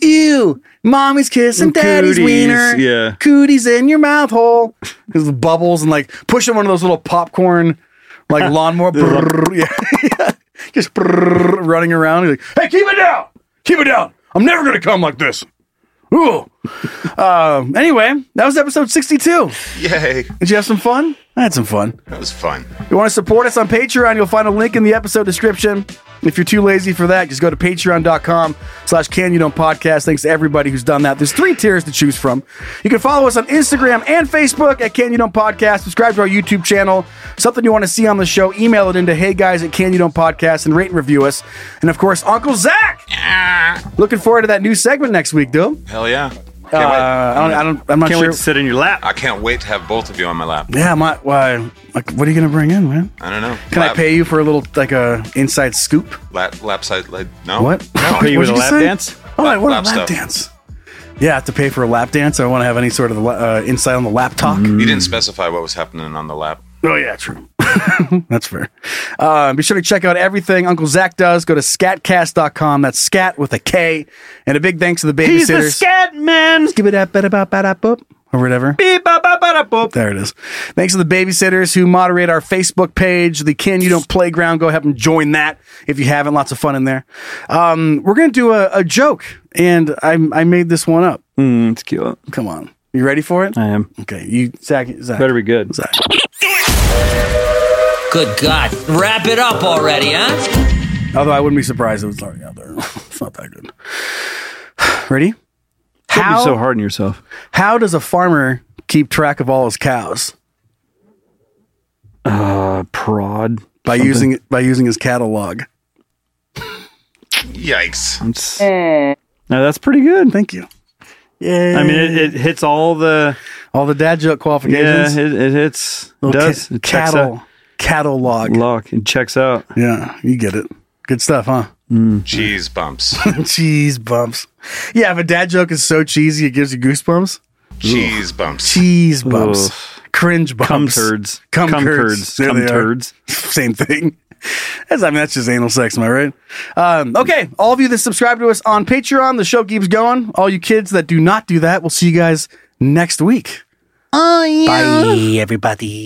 Ew, mommy's kissing daddy's Cooties, wiener. yeah. cooties in your mouth hole. There's bubbles and like pushing one of those little popcorn, like lawnmower. brrr, yeah. just brrr, running around. He's like, hey, keep it down, keep it down. I'm never gonna come like this. Ooh. um, anyway, that was episode 62. Yay. Did you have some fun? I had some fun. That was fun. If you want to support us on Patreon, you'll find a link in the episode description. If you're too lazy for that, just go to patreon.com slash can you don't podcast. Thanks to everybody who's done that. There's three tiers to choose from. You can follow us on Instagram and Facebook at Can You Don't Podcast. Subscribe to our YouTube channel. Something you want to see on the show, email it into hey guys at can you don't podcast and rate and review us. And of course, Uncle Zach! Looking forward to that new segment next week, dude. Hell yeah. Uh, I don't, I don't, I'm not sure. sit in your lap. I can't wait to have both of you on my lap. Yeah, my, why, like, what are you going to bring in, man? I don't know. Can I Lap- pay you for a little like a inside scoop? Lap, lap side, like, no. What? No. Oh, Pay you with What'd a you lap say? dance? Oh, I want a lap stuff. dance. Yeah, I have to pay for a lap dance. I want to have any sort of uh, insight on the lap talk. You didn't specify what was happening on the lap. Oh yeah, true. That's fair. Uh, be sure to check out everything Uncle Zach does. Go to scatcast.com. That's scat with a K. And a big thanks to the babysitters. He's the scat man. Give it up, boop, or whatever. Beep, ba, ba, ba, da, boop. There it is. Thanks to the babysitters who moderate our Facebook page, the Can You Don't Playground. Go ahead and join that if you haven't. Lots of fun in there. Um, we're going to do a, a joke, and I, I made this one up. Mm, it's cute. Come on. You ready for it? I am. Okay. You, Zach, Zach. Better be good. Good God. Wrap it up already, huh? Although I wouldn't be surprised if it's already out there. it's not that good. Ready? Don't How, be so hard on yourself. how does a farmer keep track of all his cows? Uh, prod. By something. using by using his catalog. Yikes. Mm. It's- No, that's pretty good. Thank you. Yeah. I mean, it, it hits all the. all the dad joke Yeah, qualifications. it, it hits. It Little does. ca- It checks cattle out. cattle log. Lock. It checks out. Yeah, you get it. Good stuff, huh? Cheese bumps. Cheese bumps. Yeah, if a dad joke is so cheesy it gives you goosebumps. Cheese bumps. Cheese bumps. Ugh. Cringe bumps. Cum turds. Cum, Cum curds. curds. There Cum they are. turds. Same thing. That's, I mean, that's just anal sex, am I right? Um, okay, all of you that subscribe to us on Patreon, the show keeps going. All you kids that do not do that, we'll see you guys next week. Oh, yeah. Bye, everybody.